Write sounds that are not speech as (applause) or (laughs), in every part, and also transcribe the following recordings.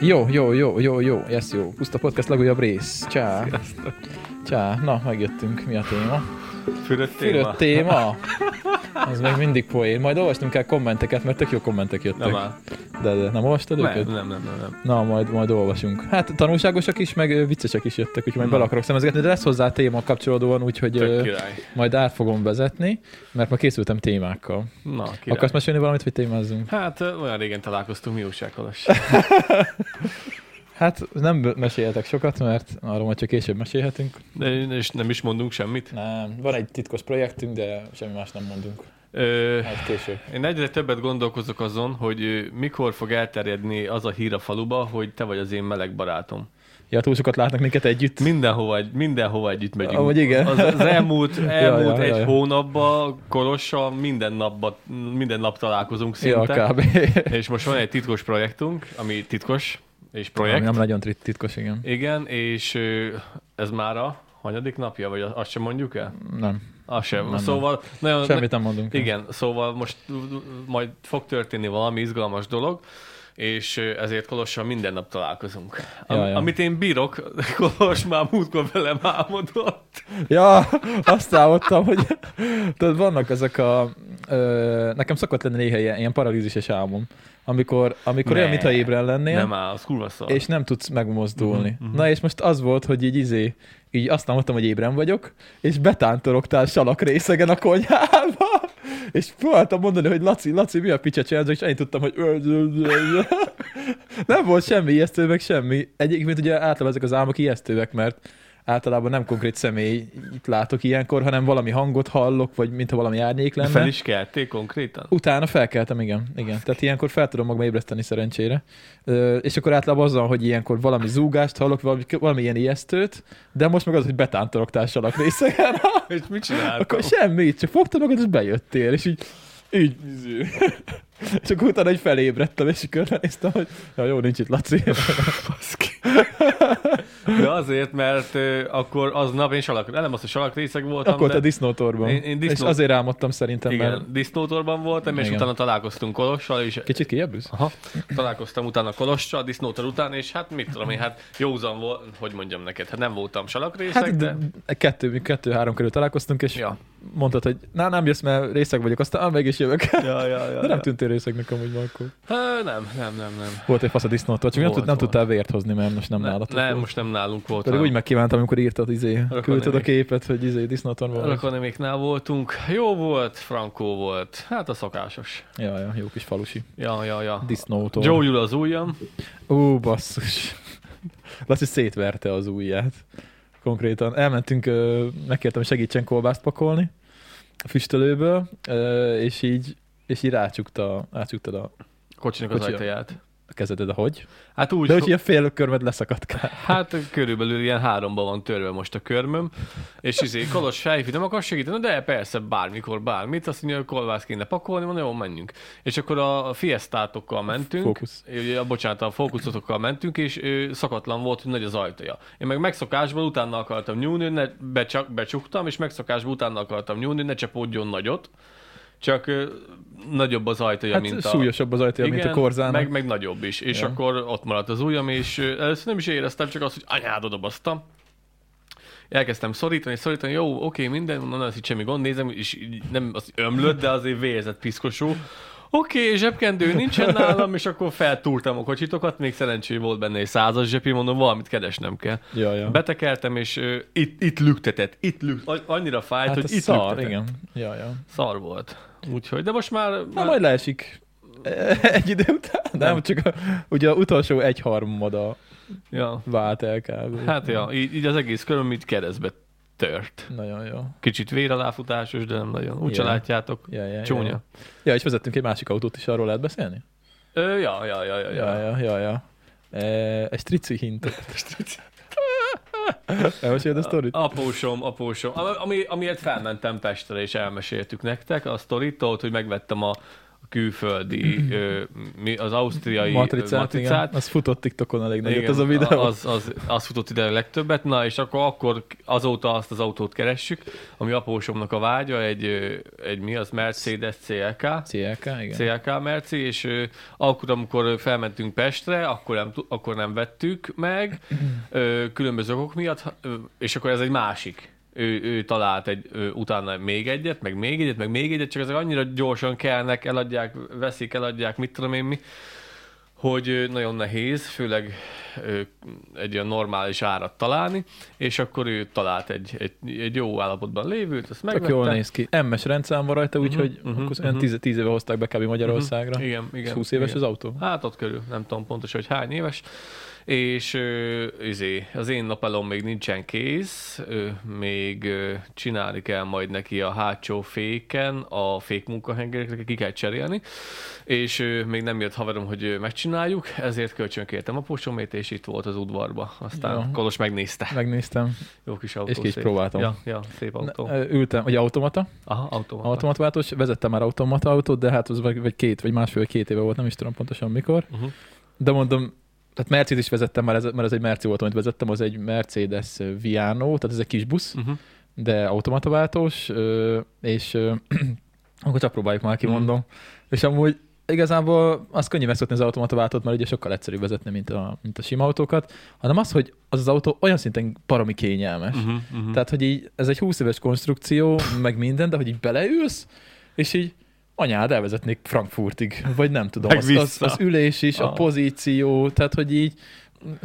Jó, jó, jó, jó, jó, yes, jó. Puszta Podcast legújabb rész. Csá. Csá. Na, megjöttünk. Mi a téma? Fülött téma? Fülött téma? Az még mindig poén. Majd olvastunk el kommenteket, mert tök jó kommentek jöttek. Nem áll. De, de nem olvastad Nem, őket? nem, nem, nem, nem. Na, majd, majd olvasunk. Hát tanulságosak is, meg ö, viccesek is jöttek, úgyhogy majd Na. bele akarok szemezgetni, de lesz hozzá téma kapcsolódóan, úgyhogy Tök ö, király. majd át fogom vezetni, mert ma készültem témákkal. Na, király. Akarsz mesélni valamit, hogy témázzunk? Hát ö, olyan régen találkoztunk, mi újság (laughs) Kolos? Hát nem b- meséltek sokat, mert arról majd csak később mesélhetünk. De, és nem is mondunk semmit. Nem, van egy titkos projektünk, de semmi más nem mondunk. Ö, Hát később. én egyre többet gondolkozok azon, hogy ö, mikor fog elterjedni az a hír a faluba, hogy te vagy az én meleg barátom. Ja, túl sokat látnak minket együtt. Mindenhova, egy- mindenhova együtt megyünk. Amúgy igen. Az, (laughs) az elmúlt, elmúlt ja, egy ja. hónapban Kolossal minden, napba, minden nap találkozunk Ja, szinte. kb. és most van egy titkos projektunk, ami titkos, és projekt. Ami nem nagyon trit- titkos, igen. Igen, és ö, ez már a hanyadik napja, vagy azt sem mondjuk el? Nem, Azt sem. Nem, nem. szóval, nagyon, semmit nem mondunk. Igen, szóval most majd fog történni valami izgalmas dolog, és ö, ezért Kolossal minden nap találkozunk. Am, Ja, ja. Amit én bírok, (laughs) Kolos már múltkor velem álmodott. Ja, azt álmodtam, hogy tudod, vannak ezek a... Ö, nekem szokott lenni néha ilyen, ilyen paralízises álmom, amikor, amikor olyan, Ne. mintha ébren lennél, Nem áll, az kurva szar. és nem tudsz megmozdulni. Mhm, Uh-huh, uh-huh. Na és most az volt, hogy így izé, így azt álmodtam, hogy ébren vagyok, és betántorogtál salak részegen a konyhába, (laughs) és próbáltam mondani, hogy Laci, Laci, mi a picsa csinálsz, és annyit tudtam, hogy (laughs) nem volt semmi ijesztő, meg semmi. Egyébként ugye általában ezek az álmok ijesztőek, mert általában nem konkrét személy itt látok ilyenkor, hanem valami hangot hallok, vagy mintha valami árnyék lenne. Fel is kelték konkrétan? Utána felkeltem, igen. igen. Tehát ilyenkor fel tudom magam ébreszteni szerencsére. Ö, és akkor általában azzal, hogy ilyenkor valami zúgást hallok, valami, valami ilyen ijesztőt, de most meg az, hogy betántorogtál salak részegen, És mit csináltam? akkor semmi, csak fogtad magad, és bejöttél, és így, így, izé. és akkor utána egy felébredtem, és így körbenéztem, hogy ja, jó, nincs itt Laci. De azért, mert ö, akkor aznap én salak, nem az, hogy salak részeg (laughs) voltam, akkor de... te disznótorban. Én- én disznó- És azért álmodtam szerintem, igen. mert Igen, disznótorban voltam, és Igen. utána találkoztunk Kolossal, és kicsit kiebb ülsz? Aha. találkoztam utána Kolossal, disznótor után, és hát mit tudom én, hát józan volt, hogy mondjam neked, hát nem voltam salakrészek, Hát de... de... kettő, kettő-három körül találkoztunk, és Ja. mondtad, hogy na nem jössz, mert részeg vagyok, aztán ah, meg is jövök. Ja, ja, ja, De nem tűntél részegnek amúgy ma akkor. Há, nem, nem, nem, nem. Volt egy fasz a disznótól, csak nem, Volt, tud, nem volt. tudtál vért hozni, mert most nem Nem, nálatok. nem, volt. most nem nálunk volt. Pedig úgy megkívántam, amikor írtad, izé, küldted a néni. képet, hogy izé, disznóton van. Rakonemiknál voltunk. Jó volt, Frankó volt. Hát a szokásos. Ja, ja, jó kis falusi. Ja, ja, ja. Disznótól. Gyógyul az ujjam. Ú, basszus. (laughs) Laci szétverte az ujját. Konkrétan. Elmentünk, ö, megkértem, hogy segítsen kolbászt pakolni a füstölőből, ö, és így, és így rácsukta, rácsuktad a Kocsinak az Kocsi. ajtaját. a kezeted, ahogy. Hát úgy, De úgy, hogy a fél körmed leszakadt kár. Hát körülbelül ilyen háromba van törve most a körmöm, és izé, Kolos felhívja, nem akarsz segíteni? De persze, bármikor, bármit, azt mondja, hogy kolbász kéne pakolni, mondom, jó, menjünk. És akkor a fiesztátokkal mentünk, Fókusz. Ö, bocsánat, a fókuszotokkal mentünk, és ő, szakatlan volt, hogy nagy az ajtaja. Én meg megszokásból utána akartam nyúlni, ne, becsak, becsuktam, és megszokásból utána akartam nyúlni, ne csapódjon nagyot, csak ö, nagyobb az ajtaja, Hát mint a... súlyosabb az ajtaja, mint a korzának. Meg, meg nagyobb is. És Ja. ja. akkor ott maradt az ujjam, és ö, először nem is éreztem, csak azt, hogy anyád odabasztam. Elkezdtem szorítani, szorítani, jó, oké, minden, mondom, nem lesz itt semmi gond, nézem, és így nem az ömlött, de azért vérzett piszkosú. Oké, zsebkendő nincsen nálam, és akkor feltúrtam a kocsitokat, még szerencsé volt benne egy százas zsepi, mondom, valamit keresnem kell. Ja, ja. Betekertem, és ö, itt, itt lüktetett, itt lüktetett, annyira fájt, hát hogy ez itt szar, lüktetett. igen. Ja, ja. Szar volt. Úgyhogy, de most már... Na, már- majd (laughs) leesik egy idő után, nem, nem csak a, ugye a utolsó egyharmad a ja. vált el kb. Hát ja, így, így az egész köröm itt keresztbe tört. Nagyon jó. Kicsit véraláfutásos, de nem nagyon. Úgy Ja. látjátok. Ja, ja, ja. Csúnya. Ja, és vezettünk egy másik autót is, arról lehet beszélni? Ö, ja, ja, ja, ja, Ja, ja. ja, ja, ja. E, egy strici (laughs) hintot. Elmeséled a sztorit? Apósom, apósom. Ami, amiért felmentem Pestre, és elmeséltük nektek a sztorit, ott, hogy megvettem a a külföldi, ö, mi- az ausztriai matricát, matricát, matricát igen. Az futott TikTokon elég nagyot igen, ez a videó. Az, az, az futott ide a legtöbbet, na és akkor, akkor azóta azt az autót keressük, ami apósomnak a vágya, egy, ö, egy mi az Mercedes CLK. CLK, igen. CLK Merci, és ö, akkor, amikor felmentünk Pestre, akkor nem, tu- akkor nem vettük meg ö, különböző okok miatt, ö, és akkor ez egy másik. Ő, ő talált egy, ö, utána még egyet, meg még egyet, meg még egyet, csak ezek annyira gyorsan kelnek, eladják, veszik, eladják, mit tudom én mi, hogy ö, nagyon nehéz, főleg ö, egy olyan normális árat találni, és akkor ő talált egy, egy, egy jó állapotban lévőt, azt Tök megvette. jól néz ki. M-es rendszám van rajta, úgyhogy Mhm, uh-huh, akkor uh-huh. 10, 10 éve hozták be kb. Magyarországra. Uh-huh. Igen, igen. 20 éves igen. az autó. Hát ott körül, nem tudom pontosan, hogy hány éves. És ö, izé, az én napelom még nincsen kész, ö, még ö, csinálni kell majd neki a hátsó féken, a fék munkahengerekre ki kell cserélni, és ö, még nem jött haverom, hogy ö, megcsináljuk, ezért kölcsönkértem a posomét, és itt volt az udvarba. Aztán Jó. Kolos megnézte. Megnéztem, Jó kis autó. és ki is szép. próbáltam. Ja, ja, szép autó. Ne, ö, Ültem, ugye automata, Aha, autó. automatváltós, vezettem már automata autót, de hát az vagy, vagy két, vagy másfél, vagy két éve volt, nem is tudom pontosan mikor. Uh-huh. De mondom, tehát Mercedes is vezettem már, ez, mert ez egy Merci volt, amit vezettem, az egy Mercedes Viano, tehát ez egy kis busz, Uh-huh. de automataváltós, ö, és ö, (clears throat) akkor csak próbáljuk már kimondom. És amúgy igazából az könnyű megszokni az automataváltót, mert ugye sokkal egyszerűbb vezetni, mint a, mint a sima autókat, hanem az, hogy az az autó olyan szinten paromi kényelmes. Uh-huh. Uh-huh. Tehát, hogy így ez egy 20 éves konstrukció, meg minden, de hogy így beleülsz, és így anyád elvezetnék Frankfurtig, vagy nem tudom, Meg az, az, vissza. az ülés is, a Ah. pozíció, tehát, hogy így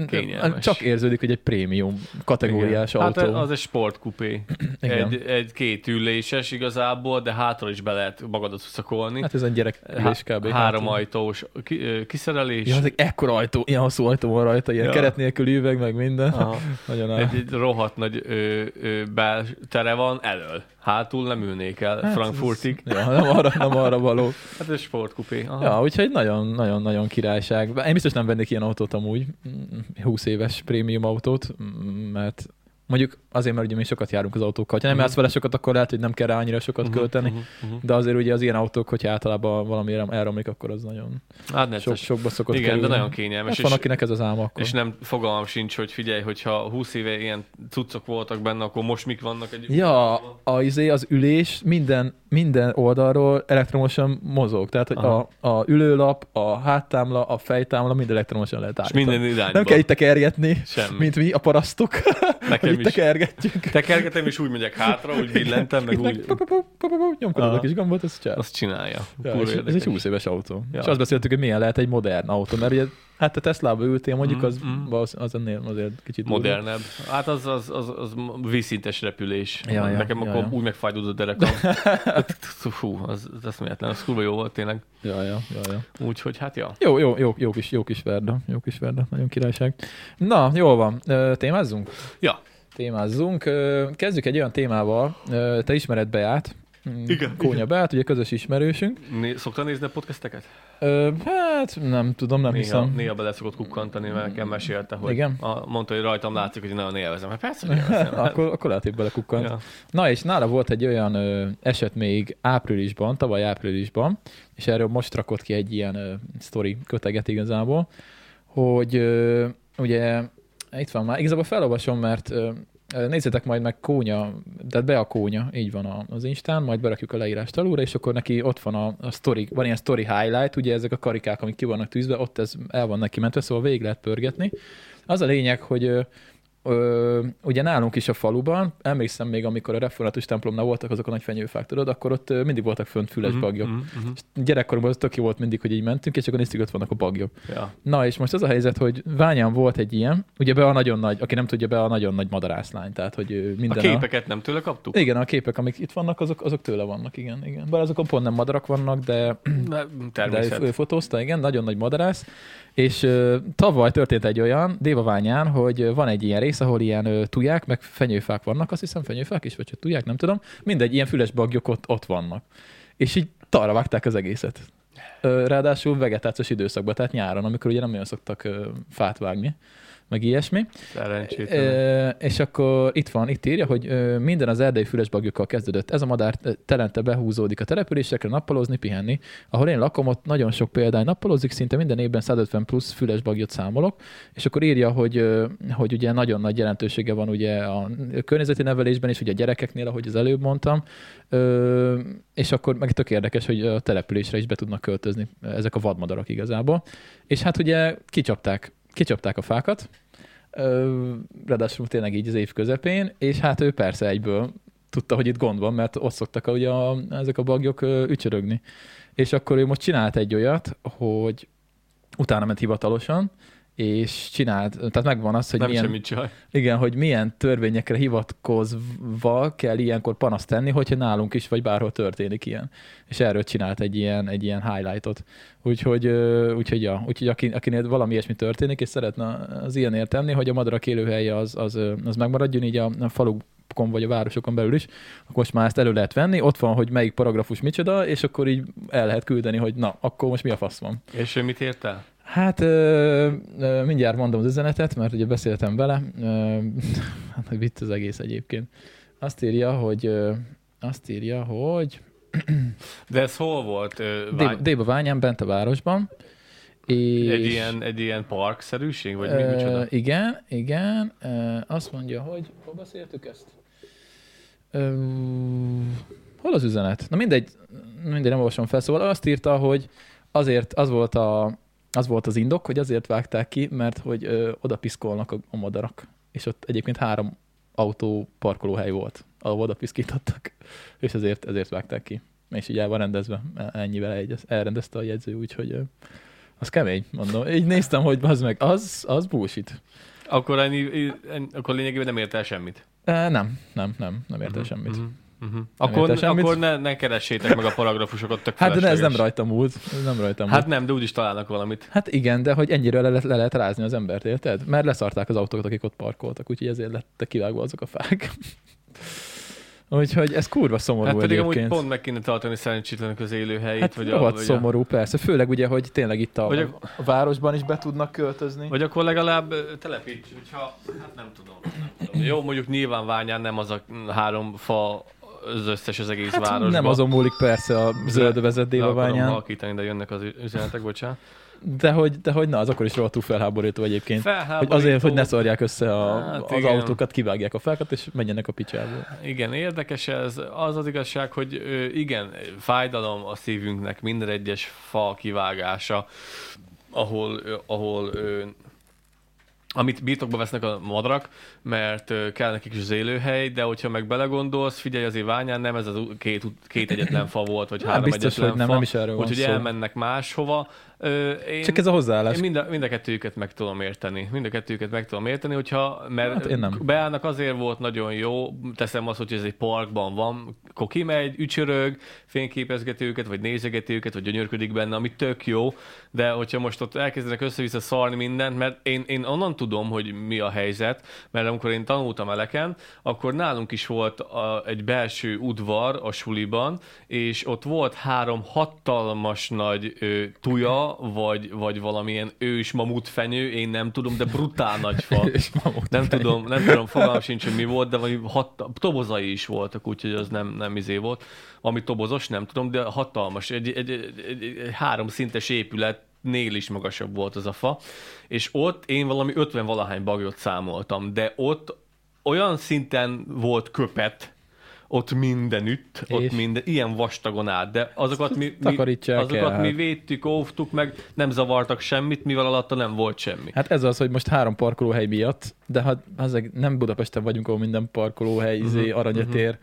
Kényelmes. csak érződik, hogy egy prémium kategóriás Igen. autó. Hát az egy sportkupé. (clears throat) Igen. Egy, egy két üléses igazából, de hátra is be lehet magadat szakolni. Hát ez egy gyerek ülés kb. Hát, Három ajtós ki, ö, kiszerelés. Ja, az egy ekkora ajtó, ilyen hosszú ajtó van rajta, ilyen ja. Ja. keret nélkül üveg, meg minden. Aha. Nagyon Hát, áll. Egy, egy rohadt nagy ö, ö, beltere van elől. Hátul nem ülnék el Hát, hát, Frankfurtig. ez- Ja, nem arra, nem arra való. Hát ez sportkupé. Aha. Ja, úgyhogy nagyon-nagyon-nagyon királyság. Én biztos nem vennék ilyen autót amúgy, mm, 20 éves prémium autót, mm, mert mondjuk azért, mert ugye mi sokat járunk az autókkal. Ha nem Mhm. jársz vele sokat, akkor lehet, hogy nem kell rá annyira sokat költeni. Uh-huh, uh-huh. De azért ugye az ilyen autók, hogyha általában valami elromlik, akkor az nagyon Hát necces. sok, sokba szokott Igen, kerülni. de nagyon Hát kényelmes. van, és- akinek ez az álma akkor. És nem fogalmam sincs, hogy figyelj, hogyha 20 éve ilyen cuccok voltak benne, akkor most mik vannak egy... Ja, a, izé, az ülés minden, minden oldalról elektromosan mozog. Tehát, hogy a, Aha. a, ülőlap, a háttámla, a fejtámla mind elektromosan lehet és állítani. minden irányba. nem kell itt tekergetni, Semmi. mint mi, a parasztok, hogy Nekem itt is. tekergetjük. Tekergetem, és úgy megyek hátra, úgy billentem, meg Itt úgy... pop, pop, pop, pop, pop, Nyomkodod a Aha. kis gombot, ez csinál. Azt csinálja. Ja, Kurva és ez egy érdekes. 20 éves autó. Ja. És azt beszéltük, hogy milyen lehet egy modern autó, mert ugye, hát a Tesla-ba ültél, mondjuk az, Mhm, mhm. az, az ennél azért kicsit durva. Modernebb. Hát az, az, az, az vízszintes repülés. Ja, ja, Nekem ja, akkor ja. úgy megfájdult a derekam. (laughs) Hú, az, az eszméletlen. Az kurva jó volt tényleg. Ja, ja, ja, ja. Úgyhogy hát ja. Jó, jó, jó, jó kis, jó kis verda, jó kis verda, nagyon királyság. Na, jól van, Ö, témázzunk? Ja. Témázzunk. Ö, Kezdjük egy olyan témával, Ö, te ismered Beát, Mm, Igen, Kónya igen. Beát, ugye közös ismerősünk. Né- Szoktál nézni a podcasteket? Ö, Hát nem tudom, nem néha, hiszem. néha bele szokott kukkantani, mert nekem mesélte, hogy Igen. A, mondta, hogy rajtam látszik, hogy nagyon élvezem. Hát (laughs) persze, hogy élvezem. akkor, akkor lehet, hogy belekukkant. Ja. Na és nála volt egy olyan ö, eset még áprilisban, tavaly áprilisban, és erről most rakott ki egy ilyen ö, sztori köteget igazából, hogy ö, ugye itt van már, igazából felolvasom, mert ö, ö, nézzétek majd meg Kónya, tehát be a Kónya, így van a- az Instán, majd berakjuk a leírást alulra, és akkor neki ott van a, a story, van ilyen story highlight, ugye ezek a karikák, amik ki vannak tűzve, ott ez el van neki mentve, szóval végig lehet pörgetni. Az a lényeg, hogy ö, Ö, ugye nálunk is a faluban, emlékszem még, amikor a református templomnál voltak azok a nagy fenyőfák, tudod, akkor ott ö, mindig voltak fönt fülesbagyok. Mm-hmm. Mhm, mhm, mhm. Gyerekkoromban az tök jó volt mindig, hogy így mentünk, és akkor néztük, ott vannak a bagyok. Ja. Na, és most az a helyzet, hogy Ványán volt egy ilyen, ugye be a nagyon nagy, aki nem tudja, be a nagyon nagy madarászlány, tehát hogy ö, A minden képeket nem (clears throat) tőle kaptuk? Igen, a képek, amik itt vannak, azok, azok tőle vannak, igen, igen. Bár azokon pont nem madarak vannak, de Na, de ő, ő Természet. fotózta, igen, nagyon nagy madarász. És ö, tavaly történt egy olyan Dévaványán, hogy ö, van egy ilyen rész, ahol ilyen ö, tuják, meg fenyőfák vannak, azt hiszem fenyőfák is, vagy csak tuják, nem tudom. Mindegy, ilyen füles bagyok ott, ott vannak. És így tarra vágták az egészet. Ö, Ráadásul vegetációs időszakban, tehát nyáron, amikor ugye nem nagyon szoktak ö, fát vágni, meg ilyesmi. Szerencsétlen. Ö, és akkor itt van, itt írja, hogy ö, minden az erdei fülesbagjukkal kezdődött. Ez a madár ö, telente behúzódik a településekre nappalozni, pihenni. Ahol én lakom, ott nagyon sok példány nappalozik, szinte minden évben 150 plusz fülesbagyot számolok. És akkor írja, hogy, ö, hogy ugye nagyon nagy jelentősége van ugye a környezeti nevelésben is, ugye a gyerekeknél, ahogy az előbb mondtam. Ö, és akkor meg tök érdekes, hogy a településre is be tudnak költözni ezek a vadmadarak igazából. És hát ugye kicsapták, kicsapták a fákat, Ö, ráadásul tényleg így az év közepén, és hát ő persze egyből tudta, hogy itt gond van, mert ott szoktak a, ugye a, ezek a bagyok ö, ücsörögni. És akkor ő most csinált egy olyat, hogy utána ment hivatalosan, és csinált, tehát megvan az, hogy Nem milyen, semmi csaj. igen, hogy milyen törvényekre hivatkozva kell ilyenkor panaszt tenni, hogyha nálunk is, vagy bárhol történik ilyen. És erről csinált egy ilyen, egy ilyen highlightot. Úgyhogy, ö, úgyhogy, ja, úgyhogy aki, akinél valami ilyesmi történik, és szeretne az ilyen értelni, hogy a madarak élőhelye az, az, ö, az megmaradjon, így a, a falukon vagy a városokon belül is, akkor most már ezt elő lehet venni, ott van, hogy melyik paragrafus micsoda, és akkor így el lehet küldeni, hogy na, akkor most mi a fasz van. És ő mit ért el? Hát ö, ö, mindjárt mondom az üzenetet, mert ugye beszéltem vele. Ö, (laughs) hát hogy vicc az egész egyébként. Azt írja, hogy ö, azt írja, hogy De ez hol volt? Ö, Déba, vágy- Déba Ványán, bent a városban. És, Egy ilyen, egy ilyen parkszerűség, vagy mi, ö, micsoda? Igen, igen. Ö, azt mondja, hogy hol beszéltük ezt? Ö, hol az üzenet? Na mindegy, mindegy, nem olvasom fel. Szóval azt írta, hogy azért az volt a az volt az indok, hogy azért vágták ki, mert hogy ö, oda piszkolnak a, a madarak. És ott egyébként három autó parkolóhely volt, ahol oda piszkítottak, és ezért, ezért vágták ki. És így el van rendezve, ennyivel egy, elrendezte a jegyző, úgyhogy ö, az kemény, mondom. Így néztem, hogy az meg, az, az bullshit. Akkor, ennyi, en, akkor lényegében nem ért el semmit. E, nem, nem, nem, nem érte semmit. Mhm, mhm. Akkor, érte semmit. akkor ne, ne keressétek meg a paragrafusokat, tök Hát de ez nem felesleges. rajta múlt, ez nem rajta múlt. Hát Hát, nem, de úgyis találnak valamit. hát igen, de hogy ennyire le, le, le lehet rázni az embert, érted? Mert leszarták az autókat, akik ott parkoltak, úgyhogy ezért lettek kivágva azok a fák. (laughs) Úgyhogy ez kurva szomorú Hát pedig amúgy egyébként. pont meg kéne tartani szerencsétlenek az élőhelyét, Hát vagy, vagy rohadt vagy, szomorú, persze. Főleg ugye, hogy tényleg itt a, Vagy a, a- a városban is be tudnak költözni. vagy akkor legalább ö, telepíts, hogyha, hát nem tudom, nem tudom. Jó, mondjuk nyilván Ványán nem az a három fa az összes az egész hát városban. nem azon múlik persze a zöldövezet Le akarom délabányán, halkítani, de jönnek az üzenetek, bocsánat. de hogy, de hogy na, az akkor is rohadtul felháborító egyébként. Hogy Felháborító. azért, hogy ne szarják össze a, Hát az igen. autókat, kivágják a fákat, és menjenek a picsából. Igen, érdekes ez. Az az igazság, hogy ö, igen, fájdalom a szívünknek minden egyes fa kivágása, ahol, ö, ahol ö, amit birtokba vesznek a madrak, mert ö, kell nekik is az élőhely, de hogyha meg belegondolsz, figyelj azért ványán, nem ez az ú- két, ú- két egyetlen fa volt, vagy Hát három biztos, egyetlen hogy nem, fa, nem is erről van úgyhogy szó. elmennek máshova. Ö, én, Csak ez a hozzáállás. én mind a, mind a kettőjüket meg tudom érteni. Mind a kettőjüket meg tudom érteni, hogyha, mert Hát én nem. Beállnak azért volt nagyon jó, teszem azt, hogy ez egy parkban van, akkor kimegy, ücsörög, fényképezgeti őket, vagy nézegeti őket, vagy gyönyörködik benne, ami tök jó, de hogyha most ott elkezdenek össze-vissza szarni mindent, mert én, én onnan tudom, hogy mi a helyzet, mert amikor én tanultam eleken, akkor nálunk is volt a, egy belső udvar a suliban, és ott volt három hatalmas nagy ö, tuja, vagy, vagy valamilyen ős mamutfenyő, én nem tudom, de brutál nagy fa. És (laughs) mamut. Nem tudom, nem tudom, fogalmam sincs, hogy mi volt, de valami hat, tobozai is voltak, úgyhogy az nem, nem izé volt. Ami tobozos, nem tudom, de hatalmas, egy, egy, egy, egy, egy háromszintes épület, Nél is magasabb volt az a fa, és ott én valami 50 valahány bagyot számoltam, de ott olyan szinten volt köpet, ott mindenütt, és? És? ott minden, ilyen vastagon át, de azokat mi, mi, Takarítsák el, azokat mi hát. védtük, óvtuk meg, nem zavartak semmit, mivel alatta nem volt semmi. Hát ez az, hogy most három parkolóhely miatt, de hát azért nem Budapesten vagyunk, ahol minden parkolóhely izé, aranyatér,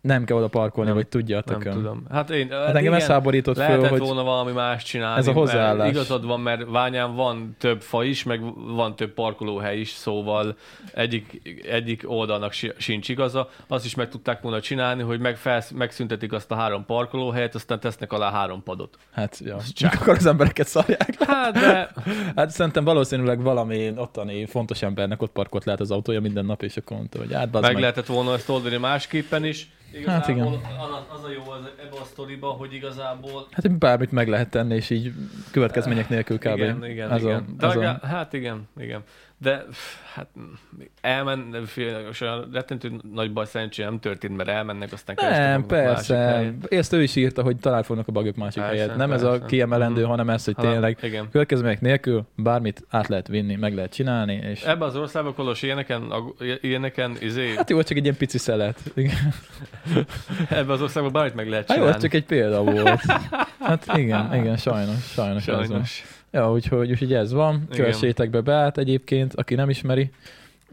nem kell oda parkolni, vagy tudja a Mhm, Nem tököm. tudom. Hát, én, hát, engem ez háborított föl, lehetett hogy volna valami más csinálni. ez a hozzáállás. mert Igazad van, mert Ványán van több fa is, meg van több parkolóhely is, szóval egyik, egyik oldalnak si- sincs igaza. Azt is meg tudták volna csinálni, hogy meg felsz, megszüntetik azt a három parkolóhelyet, aztán tesznek alá három padot. Hát, ja. Csak akkor az embereket szarják. Hát, de Hát szerintem valószínűleg valami ottani fontos embernek ott parkolt lehet az autója minden nap, és akkor mondta, hogy hát bazd (laughs) meg meg. lehetett volna ezt oldani másképpen is. Hát igen. igazából az, az a jó az, ebbe a sztoriba, hogy igazából... Hát bármit meg lehet tenni, és így következmények nélkül kb. igen, igen, ez igen. A, ez Talán- a, Hát igen, igen. De pff, hát elmen, fél- és olyan rettentő nagy baj szerencsére nem történt, mert elmennek, aztán nem, keresnek maguknak másik persze. helyet. Ezt ő is írta, hogy talál fognak a bagok másik Persze, helyet. Nem ez a persze. kiemelendő, Mhm. hanem ez, hogy Hanem- tényleg Igen. következmények nélkül bármit át lehet vinni, meg lehet csinálni, és... Ebben az országban kolos ilyeneken, ag- ilyeneken izé, Hát jó, csak egy ilyen pici szelet. Igen. ebben az országban bármit meg lehet Hát jó, csinálni. ez csak egy példa (laughs) volt. Hát igen, igen, sajnos, sajnos, sajnos. ez van. Sajnos. Ja, úgyhogy, úgyhogy ez van. Igen. Kövessétek be Beát egyébként, aki nem ismeri,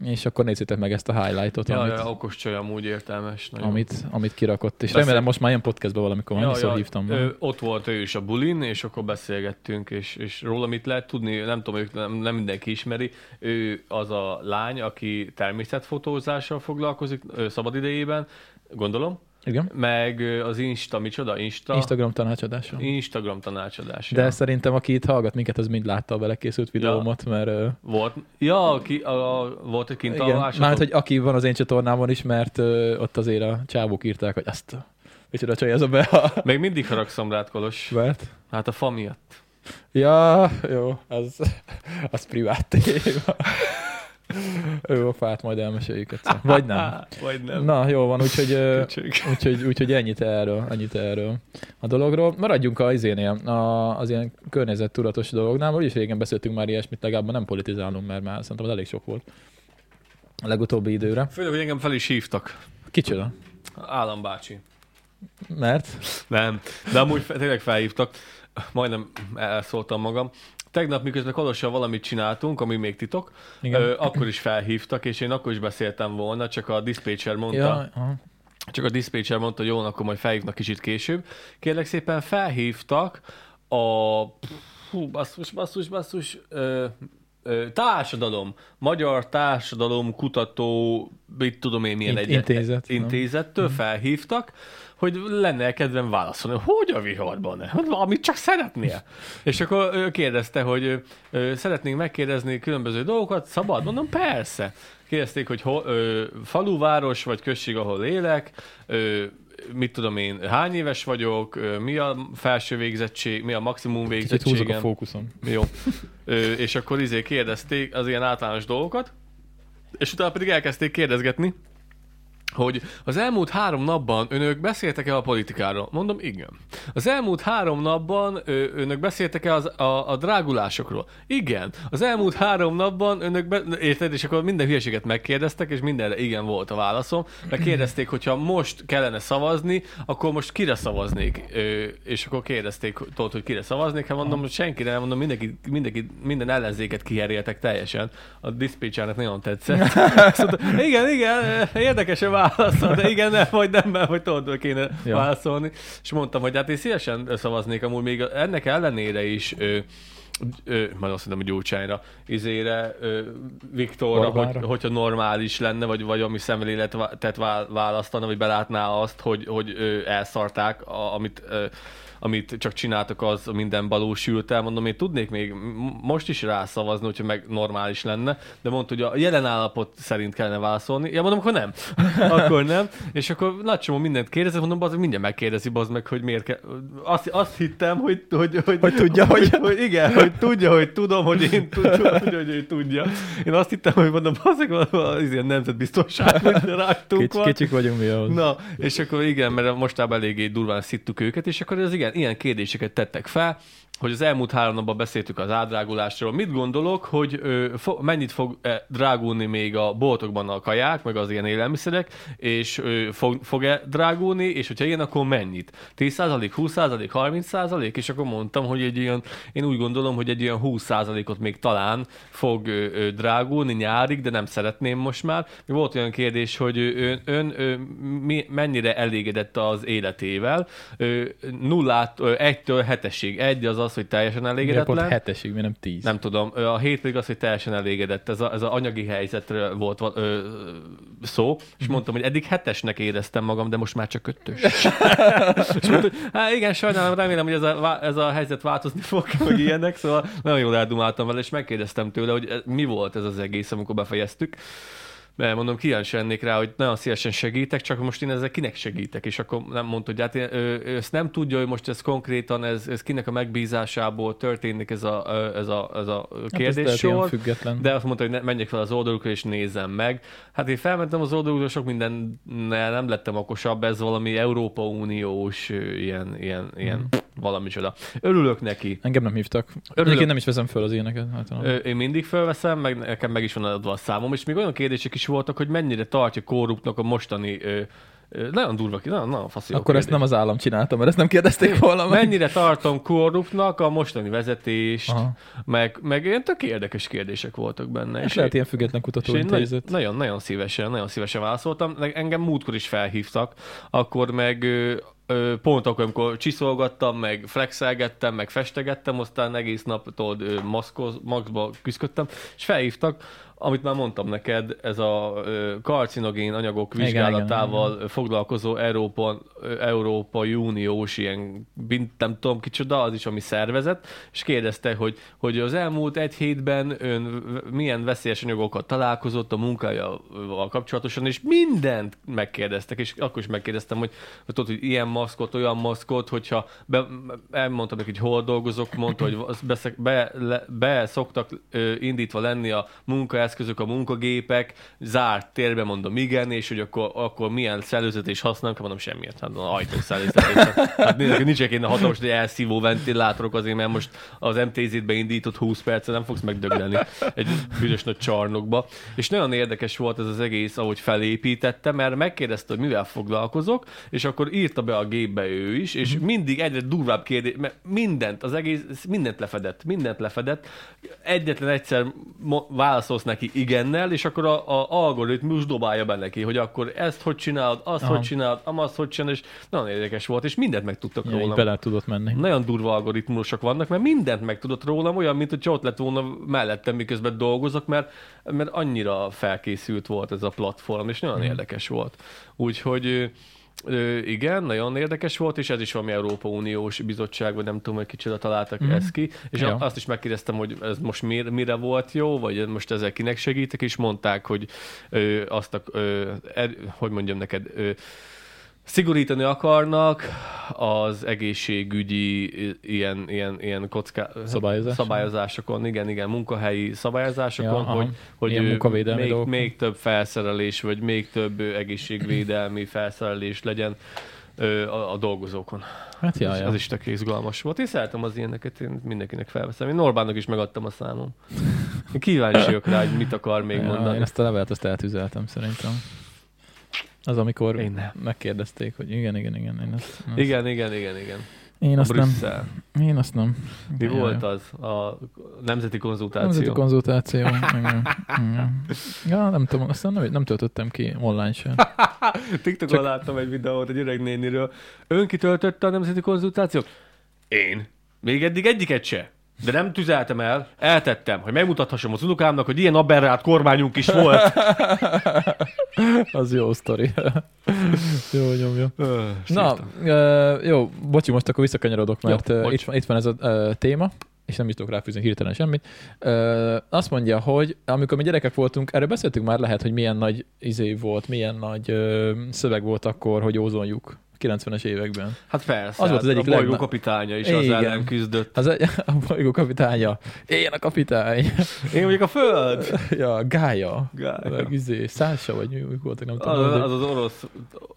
és akkor nézzétek meg ezt a highlightot, Ja, amit, ja, okos csaj amúgy értelmes. Nagyon. amit, amit kirakott. És Beszél- remélem most már ilyen podcastban valamikor, ja, annyiszor hívtam. már. Ő, ott volt ő is a bulin, és akkor beszélgettünk, és, és róla mit lehet tudni, nem tudom, ők nem, nem mindenki ismeri. Ő az a lány, aki természetfotózással foglalkozik ö, szabadidejében, gondolom, Igen. meg ö, az Insta, micsoda? Insta, Instagram tanácsadása. Instagram tanácsadás. De ja. szerintem, aki itt hallgat minket, az mind látta a belekészült videómat, mert... ö, Volt, ja, aki, a, a, volt egy kint a igen, vásátok? mármint, hogy aki van az én csatornámon is, mert ö, ott azért a csávók írták, hogy azt... a- Micsoda csaj ez a Bea? Még mindig haragszom rád, Kolos. Mert... Hát a fa miatt. Ja, jó, az, az privát téma. Jó, a fát majd elmeséljük egyszer. Vagy (laughs) nem. Vagy nem. Hát. Na, jó van, úgyhogy, ö, Köcsög. úgyhogy, úgyhogy ennyit erről, ennyit erről a dologról. Maradjunk a izénél, a, az ilyen környezettudatos dolognál, mert úgyis régen beszéltünk már ilyesmit, legalább ma nem politizálunk, mert már szerintem az elég sok volt a legutóbbi időre. Főleg, hogy engem fel is hívtak. Kicsoda, Állambácsi. mert Nem, de amúgy fe- tényleg felhívtak, majdnem elszóltam magam. Tegnap, miközben Kolossal valamit csináltunk, ami még titok, igen. Ö, akkor is felhívtak, és én akkor is beszéltem volna, csak a dispatcher mondta, ja, ja. aha. csak a dispatcher mondta, hogy jó, akkor majd felhívnak kicsit később. Kérlek szépen, felhívtak a... Hú, basszus, basszus, basszus... Ö, ö, társadalom, Magyar Társadalom Kutató, mit tudom én milyen In- egy intézet, nem? Mhm. intézettől felhívtak, hogy lenne kedvem válaszolni, hogy a viharban, Hát amit csak szeretnél. És akkor ő kérdezte, hogy ö, ö, szeretnénk megkérdezni különböző dolgokat, szabad? Mondom, persze. Kérdezték, hogy ho, ö, faluváros vagy község, ahol élek, ö, mit tudom én, hány éves vagyok, ö, mi a felső végzettség, mi a maximum Kicsit húzok a végzettségem. fókuszon. Jó. Ö, és akkor izé kérdezték az ilyen általános dolgokat, és utána pedig elkezdték kérdezgetni, hogy az elmúlt három napban önök beszéltek-e a politikáról? Mondom, igen. Az elmúlt három napban ö, önök beszéltek-e az, a, a drágulásokról? Igen. Az elmúlt három napban önök, be, érted, és akkor minden hülyeséget megkérdeztek, és mindenre igen volt a válaszom, mert kérdezték, hogyha most kellene szavazni, akkor most kire szavaznék? Ö, és akkor kérdezték tőled, hogy kire szavaznék, hát mondom, hogy senkire, nem mondom, mindenki, mindenki, minden ellenzéket kiheréltek teljesen. A dispatchernek (laughs) nagyon tetszett. Azt mondta, igen, igen, érdekes a válasz, de igen, nem, vagy nem, mert hogy tudod, kéne Ja. ja. válaszolni. És mondtam, hogy hát én szívesen szavaznék amúgy még ennek ellenére is, ö, ö, majd azt mondom, hogy Gyurcsányra, izére, ö, Viktorra, hogy, Orbánra. hogyha normális lenne, vagy, vagy ami szemléletet vá- választana, vagy belátná azt, hogy, hogy ö, elszarták, a, amit, ö, amit csak csináltak, az minden balúsült el. Mondom, én tudnék még m- most is rászavazni, hogyha meg normális lenne, de mondta, hogy a jelen állapot szerint kellene válaszolni. Ja, mondom, akkor (laughs) nem. akkor nem. És akkor nagy csomó mindent kérdezett, mondom, az mindjárt megkérdezi, bazd meg, hogy miért kell. Azt, azt hittem, hogy, hogy, hogy, Hogy tudja, hogy- hogy, hogy igen, hogy tudja, hogy tudom, hogy én tudja, tudja, hogy ő tudja. Én azt hittem, hogy mondom, azok az ilyen nemzetbiztonság, hogy rágtunk Kics, van. kicsik vagyunk mi ahhoz. Na, és akkor igen, mert mostában eléggé durván szittuk őket, és akkor az igen, ilyen kérdéseket tettek fel, hogy az elmúlt három napban beszéltük az ádrágulásról. Mit gondolok, hogy ö, fo- mennyit fog -e drágulni még a boltokban a kaják, meg az ilyen élelmiszerek, és ö, fog, fog-e drágulni, és hogyha igen, akkor mennyit? 10%, 20%, 30%? És akkor mondtam, hogy egy ilyen, én úgy gondolom, hogy egy ilyen 20%-ot még talán fog ö, ö, drágulni nyárig, de nem szeretném most már. Még volt olyan kérdés, hogy ö, ön, ön ö, mi, mennyire elégedett az életével? Ö, nullát, ö, egytől hetesig. Egy az az, hogy teljesen Miért pont elégedetlen. hetesig, miért nem tíz? Nem tudom, Ö, a hét pedig az, hogy teljesen elégedett, ez a, ez a anyagi helyzetre volt val- ö, ö, szó, és mondtam, hogy eddig hetesnek éreztem magam, de most már csak ötös. és mondta, hogy, hát igen, sajnálom, remélem, hogy ez a, vá- ez a helyzet változni fog, (laughs) meg ilyenek, szóval nagyon jól eldumáltam vele, és megkérdeztem tőle, hogy e- mi volt ez az egész, amikor befejeztük. Mert mondom, kíváncsi lennék rá, hogy nagyon szívesen segítek, csak most én ezzel kinek segítek, és akkor nem mondta, hogy hát én- ő, ő ezt nem tudja, hogy most ez konkrétan, ez, ez kinek a megbízásából történik ez a, ö, ez a, Hát ez a Hát lehet ilyen kérdéssor. független. De azt mondta, hogy ne, menjek fel az oldalukra és nézem meg. Hát én felmentem az oldalukra, sok minden ne, nem lettem okosabb, ez valami Európa Uniós ö, ilyen, ilyen, ilyen mm. valami csoda. Örülök neki. Engem nem hívtak. Örülök. Én nem is veszem föl az ilyeneket. Hát, Ö, Én mindig felveszem, meg nekem meg is van adva a számom, és még olyan kérdések is voltak, hogy mennyire tartja korruptnak a mostani, ö, ö, nagyon durva ki, nagyon, nagyon faszi jó Akkor ezt kérdés. nem az állam csinálta, mert ezt nem kérdezték volna meg. Mennyire tartom korruptnak a mostani vezetést, Aha. meg, meg ilyen tök érdekes kérdések voltak benne. És lehet ilyen független kutatóintézet. Nagyon-nagyon szívesen, nagyon szívesen válaszoltam. Meg Engem múltkor is felhívtak, akkor meg ö, ö, pont akkor, amikor csiszolgattam, meg flexelgettem, meg festegettem, aztán egész nap tudod, ö, maszkoz, maxba küzdöttem, és felhívtak, amit már mondtam neked, ez a ö, karcinogén anyagok Igen, vizsgálatával foglalkozó Európa, ö, Európai Uniós ilyen, bin- nem tudom kicsoda, az is, ami szervezet, és kérdezte, hogy, hogy az elmúlt egy hétben ön v- milyen veszélyes anyagokkal találkozott a munkájával kapcsolatosan, és mindent megkérdeztek, és akkor is megkérdeztem, hogy, hogy tudod, hogy ilyen maszkot, olyan maszkot, hogyha be, elmondtam neki, hogy hol dolgozok, mondta, hogy az beszek, be, le, be szoktak ö, indítva lenni a munkaeszközök, a munkagépek, zárt térben mondom igen, és hogy akkor, akkor milyen szellőzetés használunk, mondom semmiért, hát a ajtó szellőzetés. Hát nincs- nincsenek én a hatalmas, hogy elszívó ventilátorok azért, mert most az MTZ-t beindított 20 percet, nem fogsz megdögleni egy büdös nagy csarnokba. És nagyon érdekes volt ez az egész, ahogy felépítette, mert megkérdezte, hogy mivel foglalkozok, és akkor írta be a gépbe ő is, Mhm. és mindig egyre durvább kérdés, mert mindent, az egész, mindent lefedett, mindent lefedett. Egyetlen egyszer mo- válaszolsz neki igennel, és akkor a, a algoritmus dobálja be neki, hogy akkor ezt hogy csinálod, azt Aha. hogy csinálod, amazt hogy csinálod, és nagyon érdekes volt, és mindent megtudtak Ja, így rólam. bele tudott menni. Nagyon durva algoritmusok vannak, mert mindent megtudott rólam, olyan, mint hogyha ott lett volna mellettem, miközben dolgozok, mert, mert annyira felkészült volt ez a platform, és nagyon érdekes volt. Úgyhogy ö, ö, igen, nagyon érdekes volt, és ez is valami Európa Uniós bizottság, vagy nem tudom, hogy kicsoda találtak mm. ezt ki, és Jó. a, azt is megkérdeztem, hogy ez most mire, mire volt jó, vagy most ezzel kinek segítek, és mondták, hogy ö, azt a, ö, er, hogy mondjam neked, ö, szigorítani akarnak az egészségügyi i- ilyen, ilyen, ilyen kocká... Szabályozás. szabályozásokon, igen, igen, munkahelyi szabályozásokon, Ja, ja, aha. hogy, hogy Ilyen ö, munkavédelmi még, dolgokon. még több felszerelés, vagy még több ö, egészségvédelmi felszerelés legyen ö, a, a dolgozókon. Hát jaj, Ez- jaj. Ez is tök izgalmas volt. Én szeretem az ilyeneket, én mindenkinek felveszem. Én Norbának is megadtam a számom. Én Kíváncsiak rá, hogy mit akar még Ja, mondani. Én ezt a levelet azt eltüzeltem szerintem. Az, amikor Én nem. megkérdezték, hogy igen, igen, igen. Én ezt, azt, Igen, igen, igen, igen. Én azt nem. Brüsszel. Én azt nem. Mi Jaj, volt az? A nemzeti konzultáció. Nemzeti konzultáció. (laughs) igen. Igen. ja, nem tudom, aztán nem, nem töltöttem ki online (laughs) sem. TikTokon Csak... láttam egy videót egy öreg néniről. Ön kitöltötte a nemzeti konzultációt? Én. Még eddig egyiket se. De nem tüzeltem el, eltettem, hogy megmutathassam az unokámnak, hogy ilyen aberrált kormányunk is (laughs) volt. Az jó sztori. (laughs) jó, nyom, jó. Ö, Na, sírtam. ö, jó, bocsi, most akkor visszakanyarodok, mert Jó, ö, bocs. itt, van- itt van ez a ö, téma, és nem is tudok ráfűzni hirtelen semmit. Ö, Azt mondja, hogy amikor mi gyerekek voltunk, erről beszéltünk már lehet, hogy milyen nagy izé volt, milyen nagy ö, szöveg volt akkor, hogy ózonjuk a 90-es években. hát persze. az volt az hát egyik a bolygó legna- kapitánya is az Igen. ellen küzdött. Az egy, (laughs) a bolygó kapitánya. Én a kapitány. (laughs) Én vagyok a föld. ja, Gája. Gája. Meg izé, Szása, vagy mi mi voltak, nem Az tudom. az, mindegy. az, az orosz,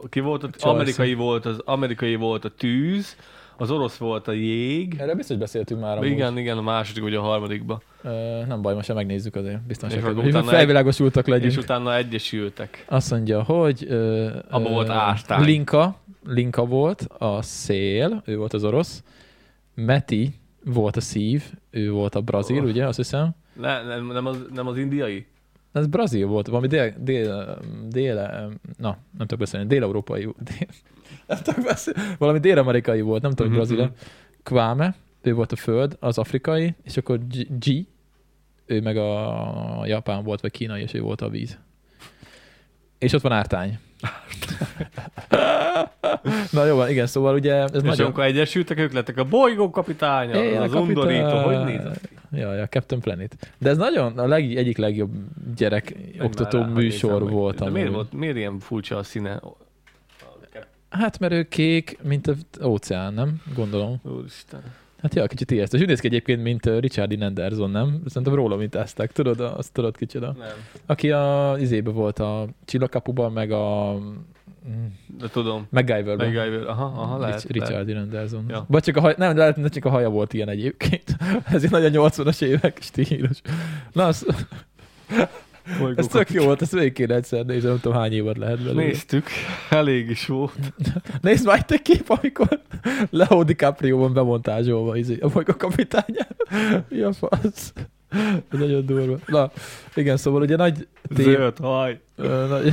ki volt, ott, Csajszín. amerikai volt, az amerikai volt a tűz, az orosz volt a jég. Erről biztos beszéltünk már amúgy. Igen, igen, a második, vagy a harmadikba. Ö, nem baj, most megnézzük azért. Biztonság. És akkor kedvéért. utána egy- Felvilágosultak legyünk. És utána egyesültek. Azt mondja, hogy... ö, Abba ö, volt Ártány. Linka, Linka volt a szél, ő volt az orosz. Meti volt a szív, ő volt a brazil, Oh. ugye, azt hiszem. Ne, nem, nem, az, nem az indiai? Ez brazil volt, valami dél, dél, dél na, nem tudok beszélni, dél-európai, dél, nem tudok beszélni, valami dél-amerikai volt, nem tudom, Mhm, hogy brazil. mhm. Kwame, ő volt a föld, az afrikai, és akkor G, G ő meg a japán volt, vagy kínai, és ő volt a víz. És ott van (laughs) Ártány. Na jó, van, igen, szóval ugye ez És nagyon... amikor egyesültek, ők lettek a bolygó kapitánya, Én az a kapitány. undorító, hogy nézett ki? Ja, ja, Captain Planet. De ez nagyon a leg, egyik legjobb gyerek Meg oktató már rá, ha nézem, műsor hogy- volt. De miért, amúgy. volt, miért ilyen furcsa a színe? Hát mert ő kék, mint az óceán, nem? Gondolom. Úristen. Hát ja, kicsit ijesztő. És Úgy néz ki egyébként, mint ö, Richard Dean Anderson, nem? Szerintem róla mintázták. Tudod, azt tudod kicsoda. Nem. Aki a izébe volt a csillagkapuban, meg a mm, De tudom. MacGyverben. MacGyver. Aha, aha, lehet. Rich- Richard Dean Anderson. Ja. Ja. Vagy csak a haja, nem, de lehet, hogy csak a haja volt ilyen egyébként. (laughs) Ez egy nagyon 80-as évek stílus. Na, az, lehet. ez tök jó volt, ezt végig kéne egyszer nézni, nem tudom hány évad lehet belőle. Nézd, Néztük, (laughs) elég is volt. Nézd már itt egy kép, amikor Leo DiCaprio van bemontázsolva izé, a bolygó kapitányát. Mi a fasz? Ez nagyon durva. Na, igen, szóval ugye nagy, tém, Zöld haj. ö, nagy,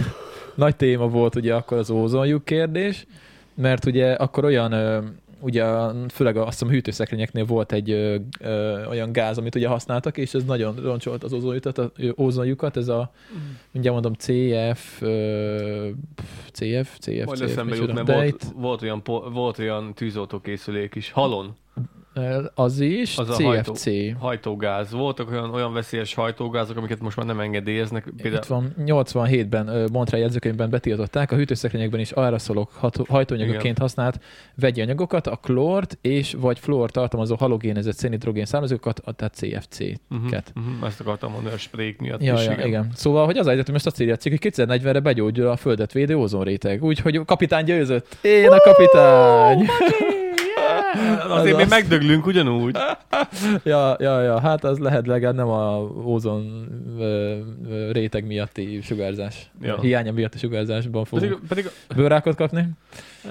nagy téma volt ugye akkor az ózonjuk kérdés, mert ugye akkor olyan, ö, ugye főleg a- azt hiszem a hűtőszekrényeknél volt egy ö, ö, olyan gáz, amit ugye használtak, és ez nagyon roncsolt az ózonjukat, a, ö, ózonjukat ez a, Mm. mindjárt mondom, CF, ö, pff, CF, CF, Majd CF, eszembe micsoda. jut, mert De volt, itt- volt, olyan, po- volt olyan tűzoltókészülék is. Halon, Az is, Az a CFC. hajtógáz. Voltak olyan, olyan veszélyes hajtógázok, amiket most már nem engedélyeznek. Például Itt van, 87-ben ö, Montreal jegyzőkönyvben betiltották, a hűtőszekrényekben is aeroszolok ható- hajtóanyagokként használt vegyi anyagokat, a klort és vagy fluor tartalmazó halogénezett szénhidrogén származókat, a- tehát CFC-t. Uh-huh, Ket. uh-huh, ezt akartam mondani a sprék miatt Ja, is. ja, igen. igen. Szóval, hogy az a helyzet, hogy most azt írja a cikk, hogy 2040-re begyógyul a földet védő ozonréteg. Úgyhogy a kapitány győzött. Én a kapitány! Azért Az mi az. megdöglünk ugyanúgy. Ja, ja, ja, hát az lehet legalább nem a ózon ö, ö, réteg miatti sugárzás. Ja. Ja. Hiánya miatti sugárzásban Pedig, fogunk pedig bőrákot kapni.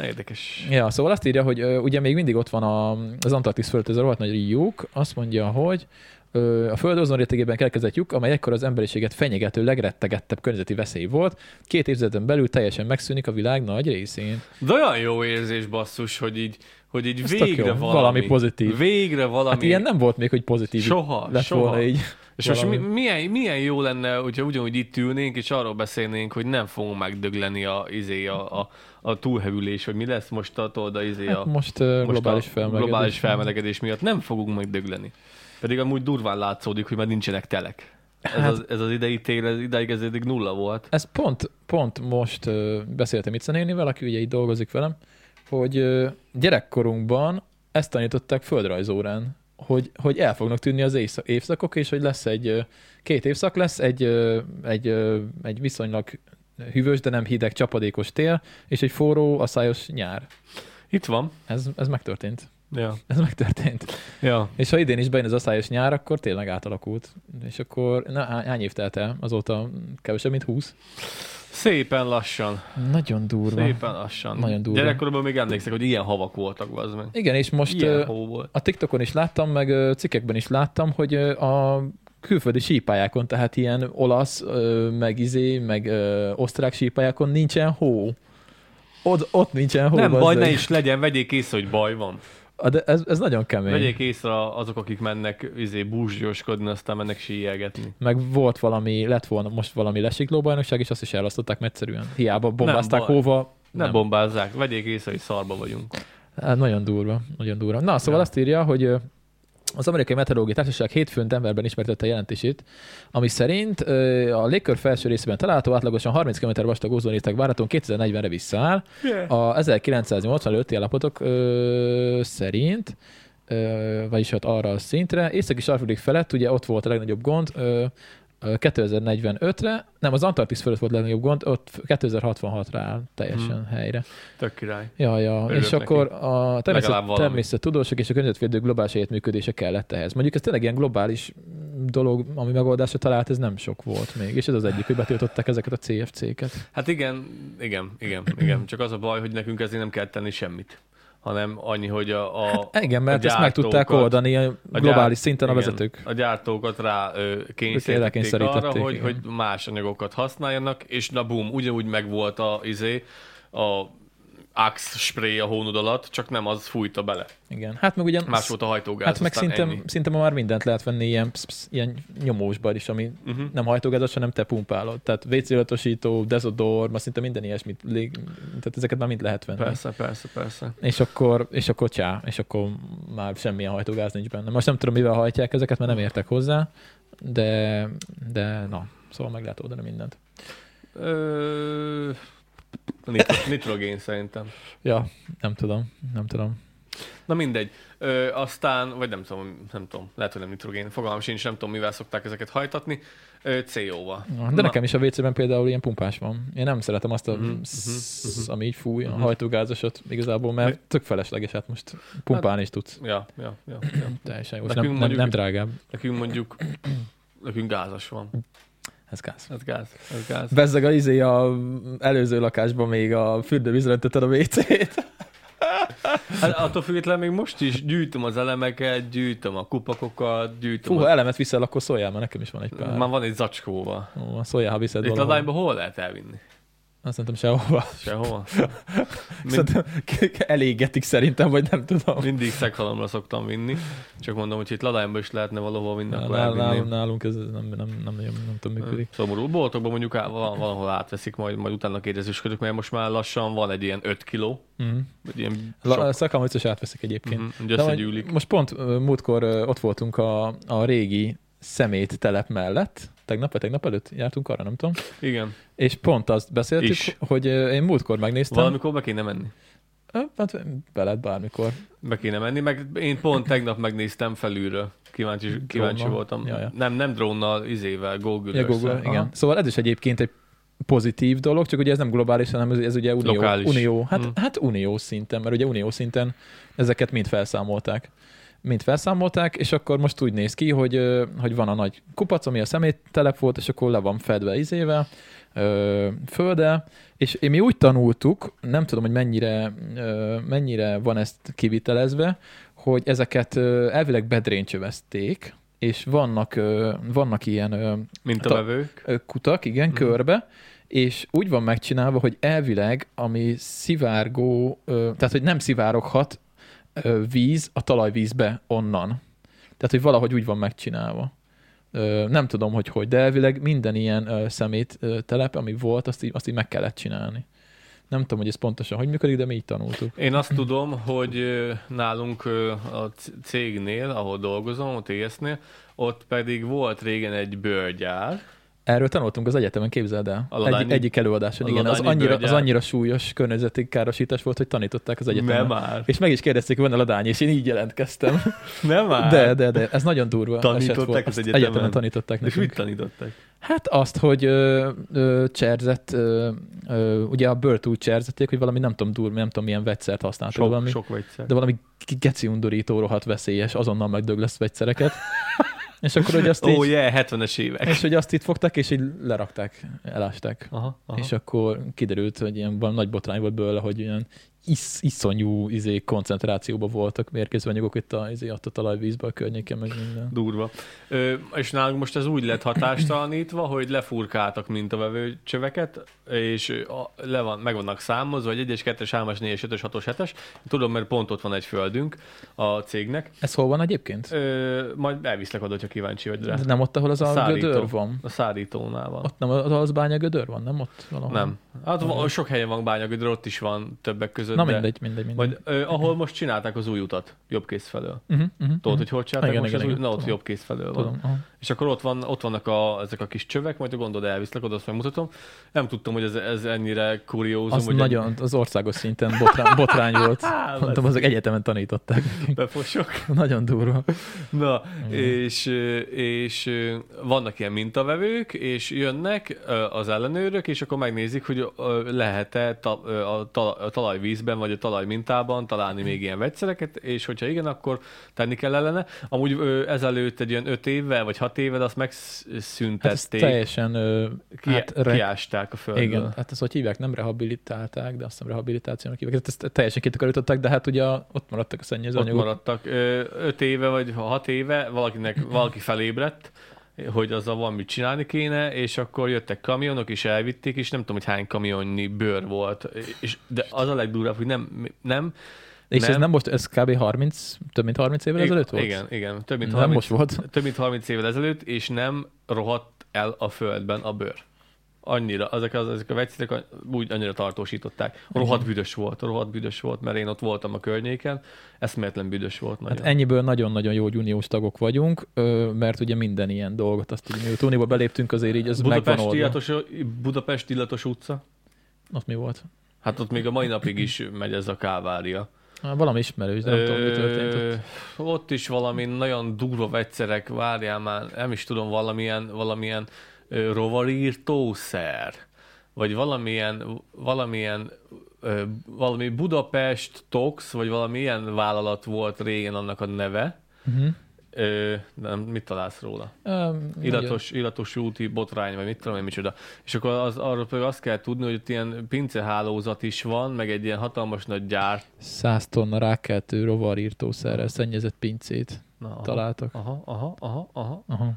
érdekes. Ja, szóval azt írja, hogy ö, ugye még mindig ott van a, az Antarktisz fölött ez a rohadt nagy lyuk, azt mondja, hogy ö, a föld azon rétegében keletkezett lyuk, amely ekkor az emberiséget fenyegető legrettegettebb környezeti veszély volt, két évtizeden belül teljesen megszűnik a világ nagy részén. Hát De olyan jó érzés basszus, hogy így, hogy így Ez tök végre jó. valami. Valami pozitív. Végre valami. Hát ilyen nem volt még, hogy pozitív Soha, lett soha. volna így. És most mi, valami. milyen, milyen jó lenne, hogyha ugyanúgy itt ülnénk, és arról beszélnénk, hogy nem fogunk megdögleni a, izé, a, a, a túlhevülés, hogy mi lesz most a tolda izé a, Hát most, ö, most globális, a felmelegedés. globális felmelegedés miatt. Nem fogunk megdögleni. Pedig amúgy durván látszódik, hogy már nincsenek telek. Ez, Hát- az, ez az idei tél, ez ideig ez eddig nulla volt. Ez pont, pont most ö, beszéltem itt nénivel, aki ugye itt dolgozik velem, hogy ö, gyerekkorunkban ezt tanították földrajzórán, hogy, hogy el fognak tűnni az éjsz- évszakok, és hogy lesz egy, ö, két évszak lesz, egy, ö, egy, ö, egy viszonylag hűvös, de nem hideg, csapadékos tél, és egy forró, aszályos nyár. Itt van. Ez, ez megtörtént. Ja. Ez megtörtént. ja. És ha idén is bejön az aszályos nyár, akkor tényleg átalakult. És akkor, na, há- hány év telt el? Azóta kevesebb, mint 20. Szépen lassan. Nagyon durva. Szépen lassan. Nagyon durva. Gyerekkoromban még emlékszek, hogy ilyen havak voltak, az meg. Igen, és most ilyen ö, hó volt. a TikTokon is láttam, meg ö, cikkekben is láttam, hogy ö, a külföldi sípályákon, tehát ilyen olasz, ö, meg izé, meg ö, osztrák sípályákon nincsen hó. Od, ott nincsen hó. nem baj, bazzeg. ne is legyen, vegyék észre, hogy baj van. A, De ez, ez nagyon kemény. Vegyék észre azok, akik mennek izé, búzsgyoskodni, aztán mennek síjelgetni. Meg volt valami, lett volna most valami lesiklóbajnokság, és azt is elasztották, mert egyszerűen hiába bombázták baj. hóval. Ne bombázzák, vegyék észre, hogy szarba vagyunk. Hát nagyon durva, nagyon durva. Na, szóval Ja. azt írja, hogy ö, az Amerikai Meteorológiai Társaság hétfőn Denverben ismertette a jelentését, ami szerint ö, a légkör felső részében található átlagosan 30 km vastag ózonréteg várhatóan 2040-re visszaáll. Yeah. A 1985 állapotok ö, szerint, ö, vagyis hát arra a szintre, északi sarkvidék felett ugye ott volt a legnagyobb gond, ö, ö, 2045-re, nem, az Antarktisz fölött volt a legnagyobb gond, ott 2066-ra áll teljesen Mhm. helyre. Tök király. Ja, ja. Örülök és akkor a Legalább természet, valami. természettudósok és a környezetvédők globális együttműködése kellett ehhez. Mondjuk ez tényleg ilyen globális dolog, ami megoldásra talált, ez nem sok volt még, és ez az egyik, hogy betiltották ezeket a CFC-ket. Hát igen, igen, igen, igen. Csak az a baj, hogy nekünk ezért nem kell tenni semmit. Hanem annyi, hogy a, a, Igen, mert A ezt meg tudták gyártókat- oldani a gyár- Hát, e, globális szinten a igen, vezetők. A gyártókat rá ö, Ők kényszerítették elkényszerítették, arra, hogy, igen. hogy más anyagokat használjanak, és na bum, ugyanúgy megvolt a, izé, a Axe spray a hónod alatt, csak nem az fújta bele. Igen. Hát meg ugyan... Más volt a hajtógáz, Hát meg aztán szinte, ennyi. szinte ma már mindent lehet venni ilyen, psz, psz, ilyen nyomósban is, ami Uh-huh. nem hajtógázat, hanem te pumpálod. Tehát WC-ölatosító, dezodor, ma szinte minden ilyesmit, lég... tehát ezeket már mind lehet venni. Persze, persze, persze. És akkor, és akkor csá, és akkor már semmilyen hajtógáz nincs benne. Most nem tudom, mivel hajtják ezeket, mert nem értek hozzá, de, de na, szóval meg lehet oldani mindent. Ö... nitro- Nitrogén szerintem. Ja, nem tudom, nem tudom. Na mindegy. Ö, aztán, vagy nem tudom, nem tudom, lehet, hogy nem nitrogén, fogalmam sincs, nem tudom, mivel szokták ezeket hajtatni. Ö, CO-val. Na, De Na. nekem is a WC-ben például ilyen pumpás van. Én nem szeretem azt, a, Mhm, mhm, sz- ami így fúj, a mhm. hajtógázosat igazából, mert tök felesleges, hát most pumpálni is tudsz. Ja, ja, ja, ja. Teljesen jó. És Nekünk nem, nem, mondjuk- nem drágább. Nekünk mondjuk, nekünk gázas van. Ez gáz. Ez gáz, ez gáz. Bezzeg a izé a előző lakásban még a fürdővízre öntötted a WC-t. Hát attól függetlenül még most is gyűjtöm az elemeket, gyűjtöm a kupakokat, gyűjtöm Fú, a... ha elemet viszel, akkor szóljál, mert nekem is van egy pár. Már van egy zacskóval. Ó, szóljál, ha viszed Itt valahol. ladányba hol lehet elvinni? Azt nem tudom sehova. (laughs) Sehol. Mind, Szerintem elégetik szerintem, vagy nem tudom. mindig szeghalomra szoktam vinni. Csak mondom, hogy itt ladányba is lehetne valahol vinni, Nál, akkor nál, nálunk, elvinném. nálunk ez nem, nem, nem, nagyon nem tudom, működik. Szomorú. Boltokban mondjuk á, val- valahol átveszik, majd, majd utána kérdezősködök, mert most már lassan van egy ilyen 5 kiló, Mm. vagy ilyen La, sok, szakamicos átveszik egyébként. Mhm, ugye De majd- összegyűlik. Most pont ö, múltkor ö, ott voltunk a, a régi szemét telep mellett, tegnap vagy tegnap előtt jártunk arra, nem tudom, Igen. és pont azt beszéltük, Is. hogy ö, én múltkor megnéztem, Valami... Valamikor be kéne menni. hát veled bármikor. Be kéne menni, meg én pont tegnap megnéztem felülről. Kíváncsi, kíváncsi Drónnal. voltam. Ja, ja. Nem, nem drónnal, izével, google Ja, Google, igen. Szóval ez is egyébként egy pozitív dolog, csak ugye ez nem globális, hanem ez, ez ugye unió, Lokális. unió hát, Mm. hát unió szinten, mert ugye unió szinten ezeket mind felszámolták. Mind felszámolták, és akkor most úgy néz ki, hogy, ö, hogy van a nagy kupac, ami a szeméttelep volt, és akkor le van fedve izével, ö, földe, és mi úgy tanultuk, nem tudom, hogy mennyire, ö, mennyire van ezt kivitelezve, hogy ezeket ö, elvileg bedréncsövezték, és vannak, ö, vannak ilyen ö, Mint a Ta- vevők. Ö, kutak, igen, Mhm. körbe, és úgy van megcsinálva, hogy elvileg, ami szivárgó, ö, tehát hogy nem szivároghat ö, víz a talajvízbe onnan. Tehát, hogy valahogy úgy van megcsinálva. Ö, nem tudom, hogy hogy, de elvileg minden ilyen ö, szemét ö, telep, ami volt, azt így, azt így meg kellett csinálni. Nem tudom, hogy ez pontosan hogy működik, de mi így tanultuk. Én azt tudom, hogy ö, nálunk ö, a c- cégnél, ahol dolgozom, a TS-nél, ott pedig volt régen egy bőrgyár. Erről tanultunk az egyetemen, képzeld el. A ladányi- Egy, egyik előadáson, a igen. Az ladányi annyira, az bölgyár. annyira súlyos környezeti károsítás volt, hogy tanították az egyetemen. Nem már. És meg is kérdezték, hogy van a ladány, és én így jelentkeztem. Nem már. De, de, de, ez nagyon durva. eset volt. Tanították az Azt egyetemen. Egyetemen tanították És nekünk. mit tanítottak? Hát azt, hogy ö, ö, cserzett, ö, ö, ugye a bört úgy cserzették, hogy valami nem tudom durva, nem tudom milyen vegyszert használtak. Sok, Hát valami, sok vegyszer. De valami g- geci undorító, rohadt veszélyes, azonnal megdöglesz (laughs) vegyszereket. és akkor hogy azt Ó, így, oh, yeah, 70-es évek. és hogy azt itt fogták, és így lerakták, elásták. Aha, aha. És akkor kiderült, hogy ilyen van, nagy botrány volt bőle, hogy ilyen is, iszonyú izé, koncentrációban voltak mérkező anyagok itt a, izé, ott a talajvízbe, a környéken, meg minden. Durva. Ö, és nálunk most ez úgy lett hatástalanítva, hogy lefurkáltak mintavevő csöveket, és ö, a, le van, meg vannak számozva, hogy 1-es, 2-es, 3-as, 4-es, 5-ös, 6-os, 7-es. Tudom, mert pont ott van egy földünk a cégnek. Ez hol van egyébként? Ö, majd elviszlek oda, ha kíváncsi vagy rá. De nem ott, ahol az a Szállító. gödör van? A szállítónál van. Ott nem, az az bánya gödör van, nem ott valahol? Nem. Hát van, sok helyen van bányagödör, ott is van többek között. Na de- mindegy, mindegy, mindegy. Vagy ö, ahol most csinálták az új utat, jobb kész felől. Uh-huh, uh-huh, Tudod, hogy hol csinálták Igen, most igen, az új, igen, na ott tudom. jobb kész felől van. Tudom, aha. És akkor ott, van, ott vannak a, ezek a kis csövek, majd a gondod elviszlek, oda azt megmutatom. Nem tudtam, hogy ez, ez ennyire kuriózum. Az hogy nagyon, az országos szinten botrány, botrány (laughs) volt. Á, Mondtam, azok egyetemen tanították. (laughs) ennyi Befosok. Nagyon durva. Hát Na, és, ö, és ö, vannak ilyen mintavevők, és jönnek ö, az ellenőrök, és akkor megnézik, hogy ö, lehet-e ta- ö, a ta- a talajvízben vagy a talajmintában találni még ilyen vegyszereket, és hogyha igen, akkor tenni kell ellene. Amúgy ö, ezelőtt egy ilyen öt évvel vagy hat évvel azt Hát ezt megszüntették, hát teljesen ö, ki- hát, re- kiásták a földről. Igen, hát ezt hogy hívják, nem rehabilitálták, de azt hiszem rehabilitációnak hívják. Tehát Ezt teljesen kitakarították, de hát ugye ott maradtak a szennyező Ott anyagok. maradtak. Ö, Öt éve vagy ha hat éve valakinek valaki felébredt, hogy azzal van mit csinálni kéne, és akkor jöttek kamionok, és elvitték, és nem tudom, hogy hány kamionnyi bőr volt. És, de az a legdurvább, hogy nem, nem És Nem. ez nem most, ez kb. 30, több mint 30 évvel ezelőtt volt? Igen, igen. Több mint, Nem 30, most volt. Hát több mint 30 évvel ezelőtt, és nem rohadt el a földben a bőr. Annyira, ezek, az, ezek a vegyszerek a- úgy annyira tartósították. Rohadt büdös volt, rohadt büdös volt, mert én ott voltam a környéken, eszméletlen büdös volt nagyon. Hát ennyiből nagyon-nagyon jó, hogy uniós tagok vagyunk, ö, mert ugye minden ilyen dolgot, azt így mióta unióba beléptünk, azért így az megvan Budapest, oldva. illatos, Budapest illatos utca? Ott mi volt? Hát ott még a mai napig is megy ez a kávária. Há, Valami ismerős, de nem tudom, mi történt ott. ott. ott is valami nagyon durva vegyszerek, várjál már, nem is tudom, valamilyen, valamilyen ö, rovarírtószer, vagy valamilyen, valamilyen ö, valami Budapest Tox, vagy valami ilyen vállalat volt régen annak a neve. Uh-huh. Ö, nem, mit találsz róla? Öm, Illatos, illatos úti botrány, vagy mit tudom én, micsoda. És akkor az, arról pedig azt kell tudni, hogy ott ilyen pincehálózat is van, meg egy ilyen hatalmas nagy gyárt. 100 tonna rákeltő rovarírtószerrel szennyezett pincét Na, aha. találtak. Aha, aha, aha, aha. Aha.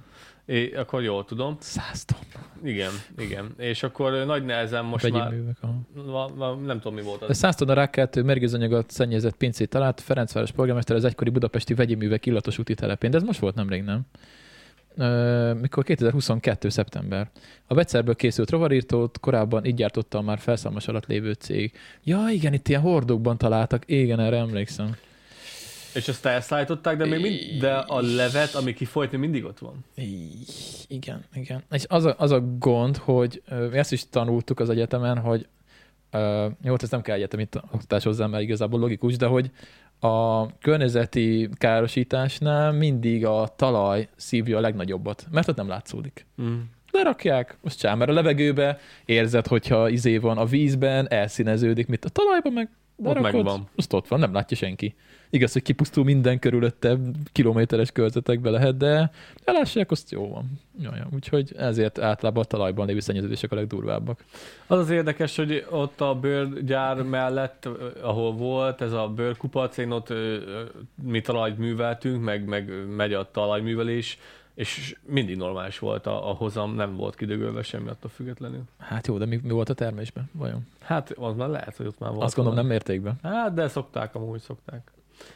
É, akkor jól tudom. 100 tonna Igen, igen. És akkor ö, nagy nehezen most vegyi már... művek. Aha. Ma, ma, nem tudom, mi volt De az. 100 tonna rákeltő mérgezőanyagot szennyezett pincét talált Ferencváros polgármester az egykori budapesti vegyi művek illatos úti telepén, de ez most volt nemrég, nem? Ö, mikor 2022. szeptember. A vegyszerből készült rovarírtót korábban így gyártotta a már felszámos alatt lévő cég. Ja, igen, itt ilyen hordókban találtak. Igen, erre emlékszem. És azt elszállították, de, még mind, de a levet, ami kifolyt, még mindig ott van. Így, Igen, igen. És az a, az a gond, hogy ö, mi ezt is tanultuk az egyetemen, hogy ö, jó, hát ez nem kell egyetemi ta- oktatás hozzá, mert igazából logikus, de hogy a környezeti károsításnál mindig a talaj szívja a legnagyobbat, mert ott nem látszódik. Mm. Lerakják, most csám, mert a levegőbe érzed, hogyha izé van a vízben, elszíneződik, mint a talajban meg lerakod, megvan. Azt ott van, nem látja senki. Igaz, hogy kipusztul minden körülötte, kilométeres körzetekbe lehet, de elássák, azt jó van. Jaja, úgyhogy ezért általában a talajban lévő szennyeződések a legdurvábbak. Az az érdekes, hogy ott a bőrgyár mellett, ö, ahol volt ez a bőrkupac, én ott ö, ö, mi talajt műveltünk, meg, meg megy a talajművelés, és mindig normális volt a, a hozam, nem volt kidögölve semmi attól függetlenül. Hát jó, de mi, mi volt a termésben? Vajon? Hát az már lehet, hogy ott már volt. Azt gondolom valami. nem mértékben. Hát de szokták, amúgy szokták.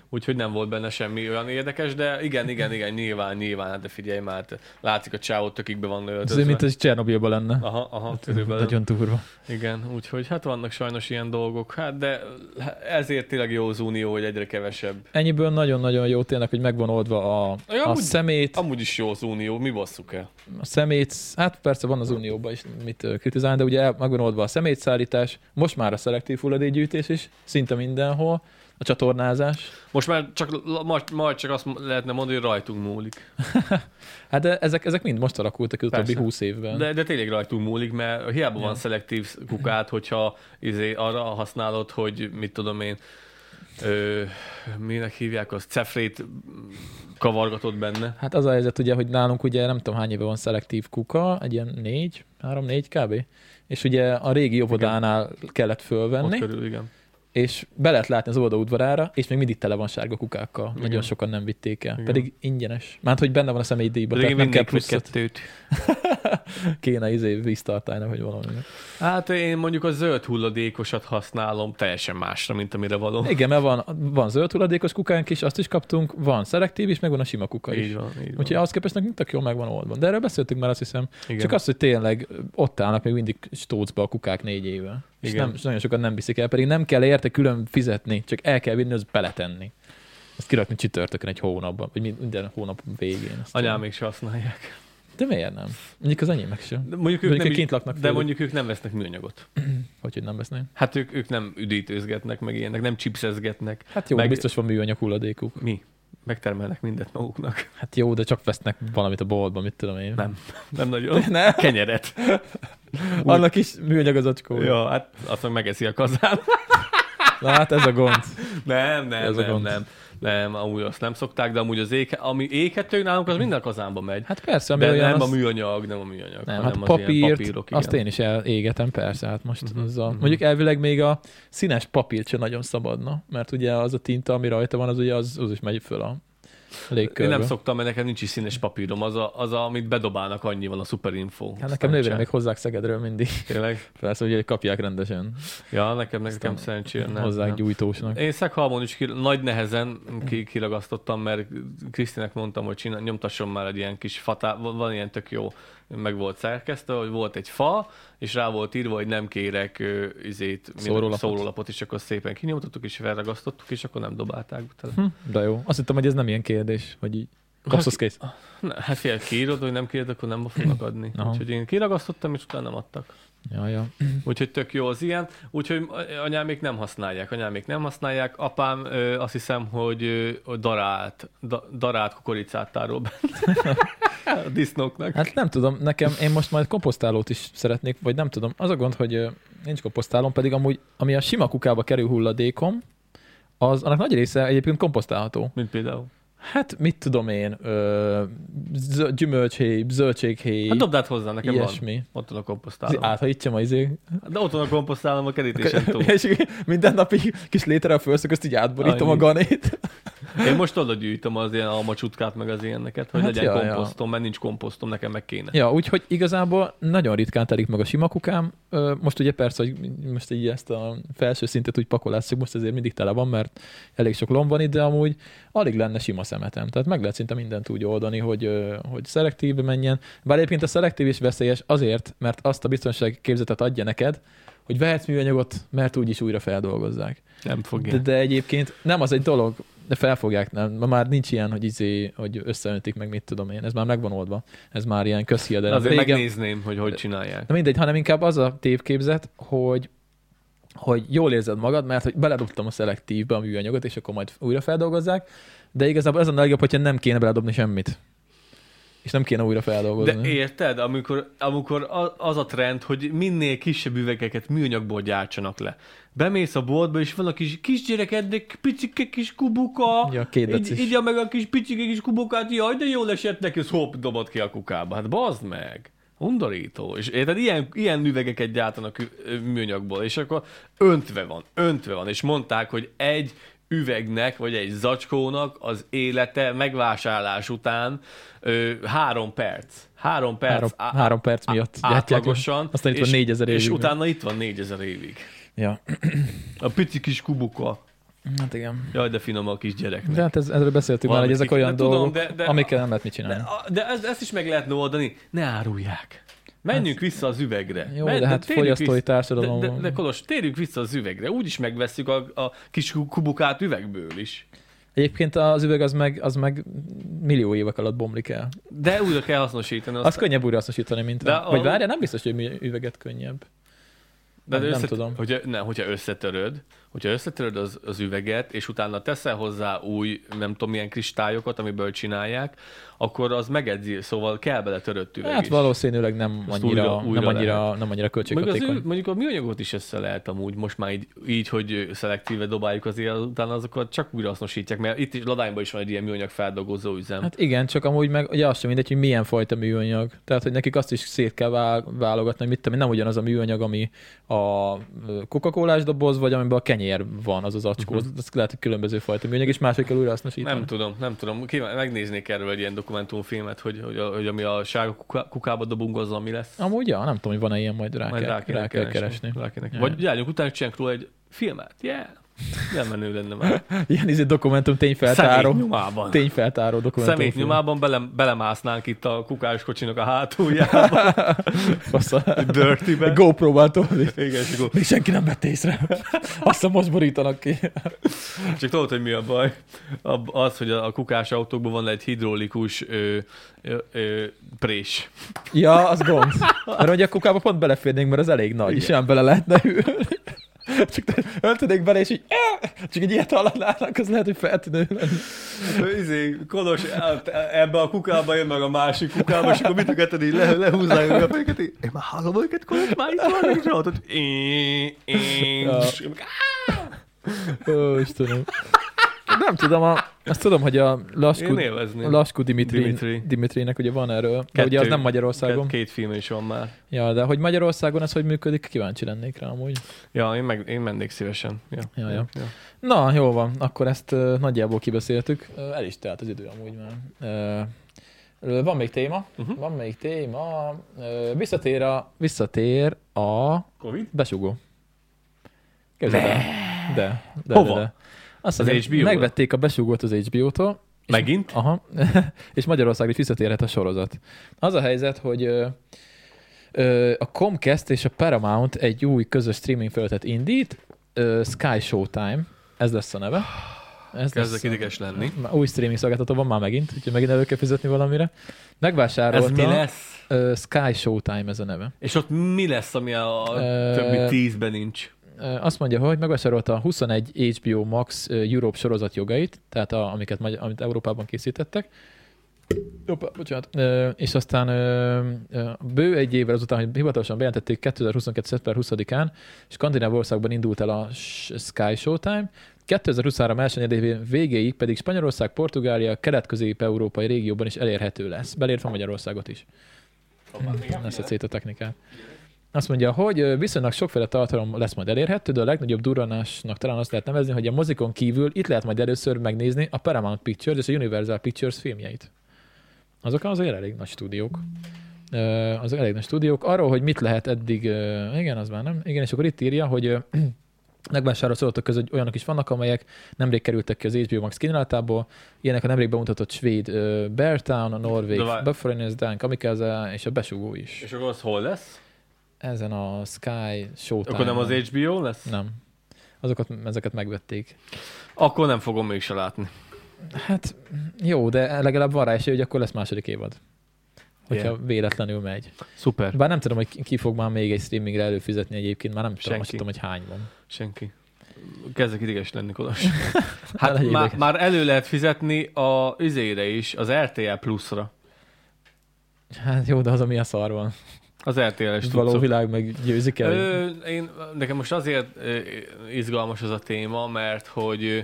Úgyhogy nem volt benne semmi olyan érdekes, de igen, igen, igen, nyilván, nyilván, hát de figyelj már, te- látszik a csávó tökikbe van Ez olyan, öltözve. mint Hát, ez Csernobilban lenne. Aha, aha, körülbelül. Nagyon durva. Igen, úgyhogy hát vannak sajnos ilyen dolgok, hát de ezért tényleg jó az unió, hogy egyre kevesebb. Ennyiből nagyon-nagyon jó tényleg, hogy megvan oldva a, Ja, a amúgy- szemét, Amúgy is jó az unió, mi basszuk el? a szemét, hát persze van az Unióban is mit ö, kritizálni, de ugye el- meg van oldva a szemétszállítás, most már a szelektív hulladékgyűjtés is, szinte mindenhol, a csatornázás. Most már csak, la- majd, majd csak azt lehetne mondani, hogy rajtunk múlik. Hát de ezek, ezek mind most alakultak az utóbbi Persze. 20 évben. De... De, de tényleg rajtunk múlik, mert hiába van Ja. szelektív kukát, hogyha izé, arra használod, hogy mit tudom én, ö, minek hívják azt, cefrét kavargatod benne. Hát az a helyzet ugye, hogy nálunk ugye nem tudom hány éve van szelektív kuka, egy ilyen négy, három, négy kb. És ugye a régi óvodánál kellett Ott fölvenni, körül, igen. és be lehet látni az óvoda udvarára, és még mindig tele van sárga kukákkal. Igen. Nagyon sokan nem vitték el. Igen. Igen. Pedig ingyenes. Mert hogy benne van a személydíjban, Pedig tehát én nem kell vinnék még pluszot. kettőt. kéne izé víztartálynak, vagy valaminek. Hát én mondjuk a zöld hulladékosat használom teljesen másra, mint amire való. Igen, mert van, van zöld hulladékos kukánk is, azt is kaptunk, van szelektív is, meg van a sima kuka is. Így van, így van. Úgyhogy ahhoz képest nekünk tök jól megvan oldva. De erről beszéltünk már azt hiszem. Igen. Csak az, hogy tényleg ott állnak még mindig stócba a kukák négy éve. És, Igen. nem, és nagyon sokan nem viszik el, pedig nem kell érte külön fizetni, csak el kell vinni, az beletenni. Azt kirakni csütörtökön egy hónapban, vagy mind- minden hónap végén. Azt Anyám tudom. még se használják. De miért nem? Mondjuk az enyémek sem. De mondjuk ők Mondjuk nem ők kint laknak de főleg. mondjuk ők nem vesznek műanyagot. Hogy, hogy nem vesznek. Hát ők, ők nem üdítőzgetnek, meg ilyenek, nem chipszezgetnek. Hát jó, Meg- meg... biztos van műanyag hulladékuk. Mi? Megtermelnek mindent maguknak. (laughs) Hát jó, de csak vesznek valamit a boltban, mit tudom én. Nem. Nem nagyon. (laughs) Ne? Kenyeret. Annak is műanyag az acskó. Ja, hát azt meg megeszi a kazán. Na hát ez a gond. Nem, nem, Ez a nem, gond. nem. Nem, amúgy azt nem szokták, de amúgy az éke, ami ékhető nálunk, az minden kazánba megy. Hát persze, ami De olyan nem az... a műanyag, nem a műanyag. nem, hát hanem a az ilyen papírt, papírok, igen. azt én is elégetem, persze, hát most Mhm, uh-huh, azzal. mhm. Uh-huh. Mondjuk elvileg még a színes papírt sem nagyon szabadna, mert ugye az a tinta, ami rajta van, az ugye az, az is megy föl a Én légkörbe. nem szoktam, mert nekem nincs is színes papírom. Az, a, az a, amit bedobálnak, annyi van a superinfo. Hát nekem nővére még hozzák Szegedről mindig. (laughs) Tényleg? Persze, hogy kapják rendesen. Ja, nekem, nekem szerencsére nem. hozzák nem. gyújtósnak. Én Szeghalmon is ki, nagy nehezen ki, kilagasztottam, mert Krisztinek mondtam, hogy csinál, nyomtasson már egy ilyen kis fatá, van, van ilyen tök jó, meg volt szerkesztve, hogy volt egy fa, és rá volt írva, hogy nem kérek ö, izét, Szórólapot. szórólapot. szórólapot, és akkor szépen kinyomtattuk, és felragasztottuk, és akkor nem dobálták utána. Hm, de jó. Azt hittem, hogy ez nem ilyen kérdés, hogy így Hát, kapsz az kész. Ne, hát fél kiírod, hogy nem kéred, akkor nem fognak adni. Aha. Úgyhogy én kiragasztottam, és utána nem adtak. Ja, ja. Úgyhogy tök jó az ilyen. Úgyhogy anyám még nem használják, anyám még nem használják. Apám ö, azt hiszem, hogy ö, darált, da, darált kukoricát tárol benne. (laughs) a disznóknak. Hát nem tudom, nekem, én most majd komposztálót is szeretnék, vagy nem tudom. Az a gond, hogy ö, nincs komposztálom, pedig amúgy, ami a sima kukába kerül hulladékom, az, annak nagy része egyébként komposztálható. Mint például. Hát mit tudom én, ö, zö- gyümölcshé, zöldséghéj, Hát dobd át hozzá, nekem Ilyesmi. ilyesmi. van. Ott van a Az komposztálom. áthajtsam az izé. De ott van a komposztálom a kerítésen túl. (laughs) És minden napi kis létre a fölszök, azt így átborítom Aj, a ganét. Én most oda gyűjtöm az ilyen almacsutkát, meg az ilyeneket, hogy Hát hát legyen ja, ja, ja. komposztom, mert nincs komposztom, nekem meg kéne. Ja, úgyhogy igazából nagyon ritkán telik meg a sima kukám. Ö, Most ugye persze, hogy most így ezt a felső szintet úgy pakolászok, most ezért mindig tele van, mert elég sok lomb van itt, de amúgy alig lenne sima szemetem. Tehát meg lehet szinte mindent úgy oldani, hogy, ö, hogy szelektívbe menjen. Bár egyébként a szelektív is veszélyes azért, mert azt a biztonsági képzetet adja neked, hogy vehetsz műanyagot, mert úgyis újra feldolgozzák. Nem fogja. De, de egyébként nem az egy dolog, de felfogják, nem, ma már nincs ilyen, hogy izé, hogy összeöntik meg, mit tudom én, ez már megvan oldva, ez már ilyen közhiedelem. Azért Régen- megnézném, hogy hogy csinálják. Na mindegy, hanem inkább az a tévképzet, hogy hogy jól érzed magad, mert hogy beledobtam a szelektívbe a műanyagot, és akkor majd újra feldolgozzák, de igazából ez a legjobb, hogyha nem kéne beledobni semmit. És nem kéne újra feldolgozni. De érted, amikor, amikor a- az a trend, hogy minél kisebb üvegeket műanyagból gyártsanak le. Bemész a boltba, és van a kis kisgyerekednek picike kis kubuka, Ja, két decis. így, így meg a kis picike kis kubukát, jaj, de jól esett neki, az hopp, dobott ki a kukába. Hát bazd meg! Undorító. És érted, ilyen, ilyen üvegeket gyártanak ü- ö, műanyagból, és akkor öntve van, öntve van, és mondták, hogy egy üvegnek, vagy egy zacskónak az élete megvásárlás után ö, három perc. Három perc. három, á- három perc miatt gyártják. átlagosan, Aztán itt van 4000 és, évig. és utána itt van 4000 évig. Ja. (clears throat) A pici kis kubuka. Hát igen. Jaj, de finom a kis gyereknek. De hát ez, erről beszéltük már, hogy Valamit ezek ki- olyan de tudom, dolgok, de- de- amikkel nem lehet mit csinálni. A- De ez, ezt is meg lehetne oldani. Ne árulják. Menjünk vissza az üvegre. Hát, Jó, Men- de hát térjünk fogyasztói vissza- társadalom De, de, van. de Kolos, térjünk vissza az üvegre. Úgy is megveszük a, a kis kubukát üvegből is. Egyébként az üveg az meg, az meg millió évek alatt bomlik el. De újra kell hasznosítani. Azt könnyebb újra hasznosítani, mint De a... Vagy a- várja, nem biztos, hogy mi üveget könnyebb. De Nem- összet, nem tudom. Hogyha, ne, hogyha összetöröd, hogyha összetöröd az, az üveget, és utána teszel hozzá új, nem tudom, milyen kristályokat, amiből csinálják, akkor az megedzi, szóval kell bele törött üveg Hát is. valószínűleg nem Azt annyira, újra- újra nem annyira, nem annyira Meg az, ő- költséghatékony. mondjuk a műanyagot is össze lehet amúgy, most már így, így hogy szelektíve dobáljuk azért, utána azokat csak újra hasznosítják, mert itt is Ladányban is van egy ilyen műanyag feldolgozó üzem. Hát, Hát igen, csak amúgy meg ugye az sem mindegy, hogy milyen fajta műanyag. Tehát, hogy nekik azt is szét kell vá- válogatni, hogy mit tudom, én, nem ugyanaz a műanyag, ami a ö, coca doboz, vagy amiben a kenyér van, az az acskó. Uh-huh. Az lehet, hogy különböző fajta műanyag, és máshogy kell újra hasznosítani. nem tudom, nem tudom. Kíván, megnéznék erről egy ilyen dokumentumfilmet, hogy, hogy, a, hogy ami a sárga kuká, kukába dobunk, az ami lesz. Amúgy, ja, nem tudom, hogy van-e ilyen, majd rá, Majd kell, rá kell, keresni. Rá kéne. Ja. Vagy gyárjunk utána csináljunk róla egy filmet. Yeah. Nem menő (laughs) lenne már. Ilyen izé dokumentum Szemét tényfeltáró. nyomában. Tényfeltáró dokumentum. Szemét nyomában bele, belemásznánk itt a kukás kocsinak a hátuljába. (laughs) (laughs) Fasza. Dirty-be. GoPro-val tolni. Igen, és akkor Még senki nem vett észre. Aztán most borítanak ki. Csak tudod, hogy mi a baj? A- Az, hogy a a kukás autókban van egy hidrolikus ö, ö, ö, prés. Ja, az gond. Mert ugye a kukába pont beleférnénk, mert az elég nagy, és Igen. olyan bele lehetne ülni. Csak te öltönék bele, és így "Ah!" csak egy ilyet hallanának, az lehet, hogy feltűnő lenne. Izé, kolos, át- ebbe a kukába jön meg a másik kukába, és akkor mit ketten így le, lehúzzák a fejüket, így, én már hallom őket, kolos, már itt vannak, és ott, hogy én, én, Ja. és- Ó, Istenem. Nem tudom, a, azt tudom, hogy a Én Laskudi, élvezném. Laskú Dimitri, Dimitri. Dimitri. Dimitrinek ugye van erről, de Kettő. ugye az nem Két, Magyarországon. két film is van már. Ja, de hogy Magyarországon ez hogy működik, kíváncsi lennék rá amúgy. Ja, én, meg, én mennék szívesen. Ja. Ja, ja. Na, jó van, akkor ezt uh, nagyjából kibeszéltük. Uh, el is telt az idő amúgy már. Uh, uh, van még téma, Mhm. uh-huh. van még téma. Uh, visszatér a, visszatér a Covid? besugó. Képzeld el. De. de Hova? De, de. Azt Az az HBO-ra? HBO megvették a besugót az HBO-tól. és- Megint? Aha. (laughs) és Magyarország is visszatérhet a sorozat. Az a helyzet, hogy ö, ö, a Comcast és a Paramount egy új közös streaming felületet indít, ö, Sky Showtime, ez lesz a neve. Ez Kezdek ideges lenni. Már Új streaming szolgáltató van már megint, úgyhogy megint elő kell fizetni valamire. Megvásárolta. Ez mi lesz? Ö, Sky Showtime ez a neve. És ott mi lesz, ami a Ö, többi tízben nincs? Ö, Azt mondja, hogy megvásárolta a 21 HBO Max ö, Europe sorozat jogait, tehát a, amiket magy- amit Európában készítettek. Opa, bocsánat. Ö, És aztán ö, ö, bő egy évvel azután, hogy hivatalosan bejelentették 2022. szeptember 20-án, Skandináv országban indult el a S- Sky Showtime, 2023 első negyedévén végéig pedig Spanyolország, Portugália, kelet-közép-európai régióban is elérhető lesz, belértve Magyarországot is. Ezt a cét a technikát. Azt mondja, hogy ö, viszonylag sokféle tartalom lesz majd elérhető, de a legnagyobb durranásnak talán azt lehet nevezni, hogy a mozikon kívül itt lehet majd először megnézni a Paramount Pictures és a Universal Pictures filmjeit. Azok azért elég nagy stúdiók. Ö, Azok elég nagy stúdiók. Arról, hogy mit lehet eddig, ö, igen, az már nem. Igen, és akkor itt írja, hogy ö, (clears throat) megvásárolt szorozatok között olyanok is vannak, amelyek nemrég kerültek ki az HBO Max kínálatából. Ilyenek a nemrég bemutatott svéd ö, Beartown, a norvég De várj. Buffering Dunk, Kamikaze és a Besugó is. És akkor az hol lesz? Ezen a Sky Showtime. Akkor nem az HBO lesz? Nem. Azokat, ezeket megvették. Akkor nem fogom még se látni. Hát jó, de legalább van rá esély, hogy akkor lesz második évad. Hogyha Yeah. yeah. véletlenül megy. Szuper. Bár nem tudom, hogy ki- ki fog már még egy streamingre előfizetni egyébként, már nem tudom, Senki. most tudom, hogy hány van. Senki. Kezdek ideges lenni, (laughs) Kolos. Ne Hát legyél már, ideges. már elő lehet fizetni a üzére is, az RTL Plus-ra. Hát jó, de az, ami a szar van. Az RTL-es Való tudsz. világ meg győzik el. Ö, én, nekem most azért ö, izgalmas az a téma, mert hogy ö,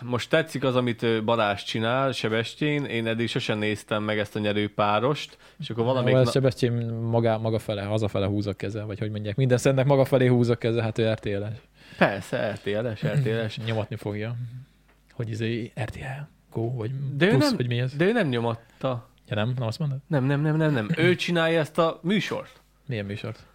most tetszik az, amit ö, Balázs csinál Sebestyén, én eddig sosem néztem meg ezt a nyerőpárost, és akkor valamelyik... Valamelyik na- na... Sebestyén maga, maga fele, hazafele húz a keze, vagy hogy mondják. Minden szentnek maga felé húz a keze, hát ő RTL-es. Persze, RTL-es, (laughs) RTL-es. Nyomatni fogja. Hogy izé RTL, Go, vagy De ő de plusz, nem- nem... vagy mi ez? De ő nem nyomatta. Ja nem, nem azt mondod? Nem, nem, nem, nem, nem. Ő csinálja ezt a műsort. Milyen műsort?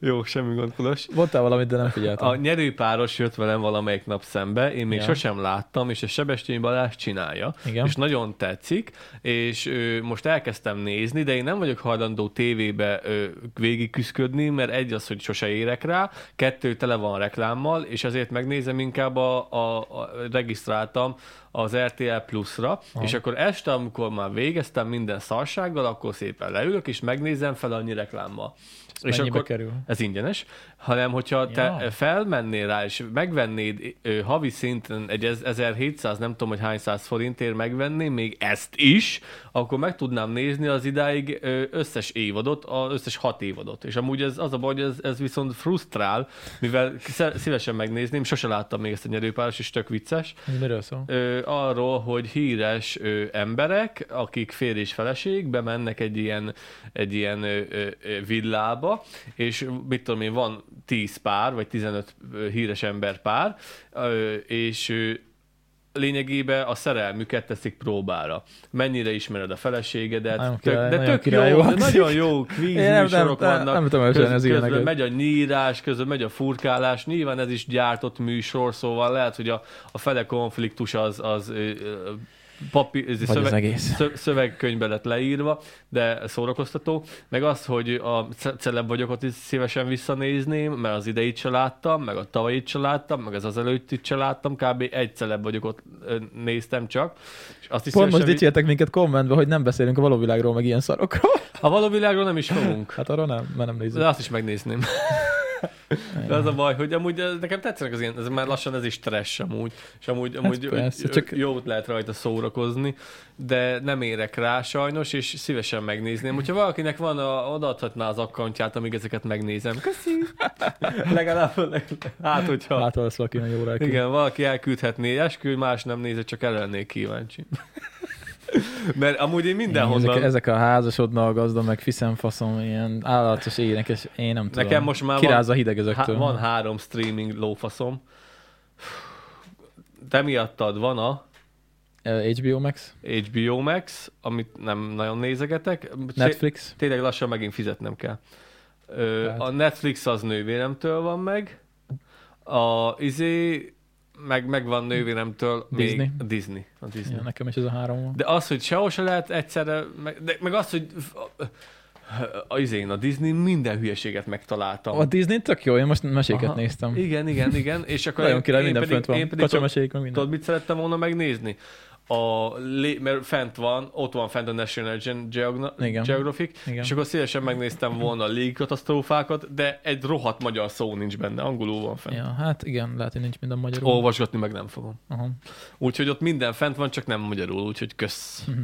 Jó, semmi gond, Kolos. Voltál valamit, de nem figyeltem. A nyerőpáros jött velem valamelyik nap szembe, én még ja. Ja. sosem láttam, és a Sebestyén Balázs csinálja, Igen. és nagyon tetszik, és ö, most elkezdtem nézni, de én nem vagyok hajlandó tévébe ö, végig küzdködni, mert egy az, hogy sose érek rá, kettő tele van reklámmal, és ezért megnézem inkább a, a, a regisztráltam az RTL Plus-ra, és akkor este, amikor már végeztem minden szarsággal, akkor szépen leülök, és megnézem fel annyi reklámmal. És mennyibe akkor kerül? ez ingyenes, hanem hogyha te Ja. felmennél rá, és megvennéd ö, havi szinten egy ez- 1700, nem tudom, hogy hány száz forintért megvenném még ezt is, akkor meg tudnám nézni az idáig ö, összes évadot, az összes hat évadot. És amúgy ez az a baj, hogy ez, ez viszont frusztrál, mivel sze- szívesen megnézném, sose láttam még ezt a nyerőpáros, és tök vicces, Ez miről szól? ö, arról, hogy híres ö, emberek, akik férj és feleség, bemennek egy ilyen, egy ilyen ö, ö, ö, villába, és mit tudom én, van 10 pár, vagy 15 híres ember pár, ö, és ö, lényegében a szerelmüket teszik próbára. Mennyire ismered a feleségedet, Nagyon tök, király, de nagyon tök jó, király de hangzik. nagyon (laughs) jó kvíz Én nem- műsorok nem- nem- vannak. nem tudom elviselni az közben ilyeneket. megy a nyírás, közben megy a furkálás, nyilván ez is gyártott műsor, szóval lehet, hogy a, a fele konfliktus az, az ö, ö, papír, ez Vagy az szöveg, egész. szö- szövegkönyvbe lett leírva, de szórakoztató. Meg az, hogy a ce- celeb vagyokot is szívesen visszanézném, mert az ideit se láttam, meg a tavalyit se láttam, meg az az előttit se láttam, kb. egy celeb vagyokot ö, néztem csak. És azt is Pont most szívesen vi- dicsértek minket kommentbe, hogy nem beszélünk a való világról, meg ilyen szarokról. A való világról nem is fogunk. Hát arra nem, mert nem nézzük. (laughs) De azt is megnézném. De az a baj, hogy amúgy ez- nekem tetszenek az ilyen, ez már lassan ez is trash amúgy, és amúgy, amúgy Hát persze, ö- csak- ö- jót lehet rajta szórakozni, de nem érek rá sajnos, és szívesen megnézném. Hogyha valakinek van, a, odaadhatná az akkantját, amíg ezeket megnézem. (laughs) Köszi! Legalább, legalább. hát hogyha. Hát az valaki nagyon jó rákül. Igen, valaki elküldhetné, esküvő, más nem nézett, csak el lennék (laughs) kíváncsi. Mert amúgy én mindenhonnan... Ezek, ezek a házasodnak, gazda, meg fiszem faszom, ilyen állatos énekes, én nem tudom. Nekem most már van- Kiráz a hideg Há, ezektől. van három streaming lófaszom. Te miattad van a Ö, HBO Max, HBO Max, amit nem nagyon nézegetek. Sé- Netflix. Tényleg lassan megint fizetnem kell. Ö, Hát. a Netflix az nővéremtől van meg. A izé meg, meg van nővéremtől Disney. még a Disney. A Disney. Ja, nekem is ez a három van. De az, hogy sehol se lehet egyszerre, meg, de, meg az, hogy f- a- a, az én a Disney minden hülyeséget megtaláltam. A Disney tök jó, én most meséket Aha. néztem. Igen, igen, igen. És akkor Nagyon én- király, én minden pedig- fönt Én van. pedig tudod, Kacsamesék, meg minden. tudod, mit szerettem volna megnézni? A lé, mert fent van, ott van fent a National Gen- Geogna- Igen. Geographic, Igen. és akkor szívesen megnéztem volna a légkatasztrófákat, de egy rohadt magyar szó nincs benne, angolul van fent. Ja, hát igen, lehet, hogy nincs minden magyarul. Olvasgatni meg nem fogom. Aha. Úgyhogy ott minden fent van, csak nem magyarul, úgyhogy kösz. Mhm.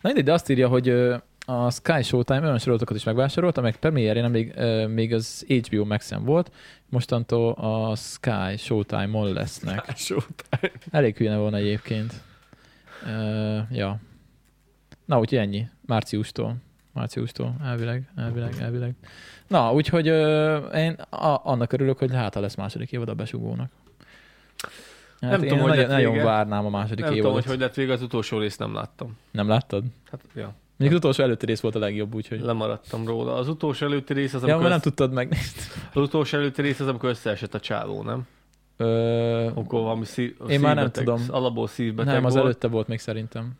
Na mindegy, de azt írja, hogy ö, a Sky Showtime olyan sorozatokat is megvásárolt, amelyek premierje még, ö, még az HBO Max-en volt, mostantól a Sky Showtime-on lesznek. Showtime. Elég hülye volna egyébként. Ö, ja. Na, úgyhogy ennyi. Márciustól. Márciustól. Elvileg, elvileg, elvileg. Na, úgyhogy ö, én a, annak örülök, hogy hát ha lesz második évad a besugónak. Hát Nem én tudom, hogy nagyon, lett nagyon vége. várnám a második Nem évadot. tudom, hogy hogy lett vége, az utolsó részt nem láttam. Nem láttad? Hát, ja, Még az utolsó előtti rész volt a legjobb, úgyhogy... lemaradtam róla. Az utolsó előtti rész az, Ja, amikor, mert ja, nem tudtad megnézni. az utolsó előtti rész az, amikor összeesett a csávó, nem? Ö, Akkor valami szív, Én már nem szívbeteg- tudom. Alapból szívbeteg nem, az volt. előtte volt még szerintem.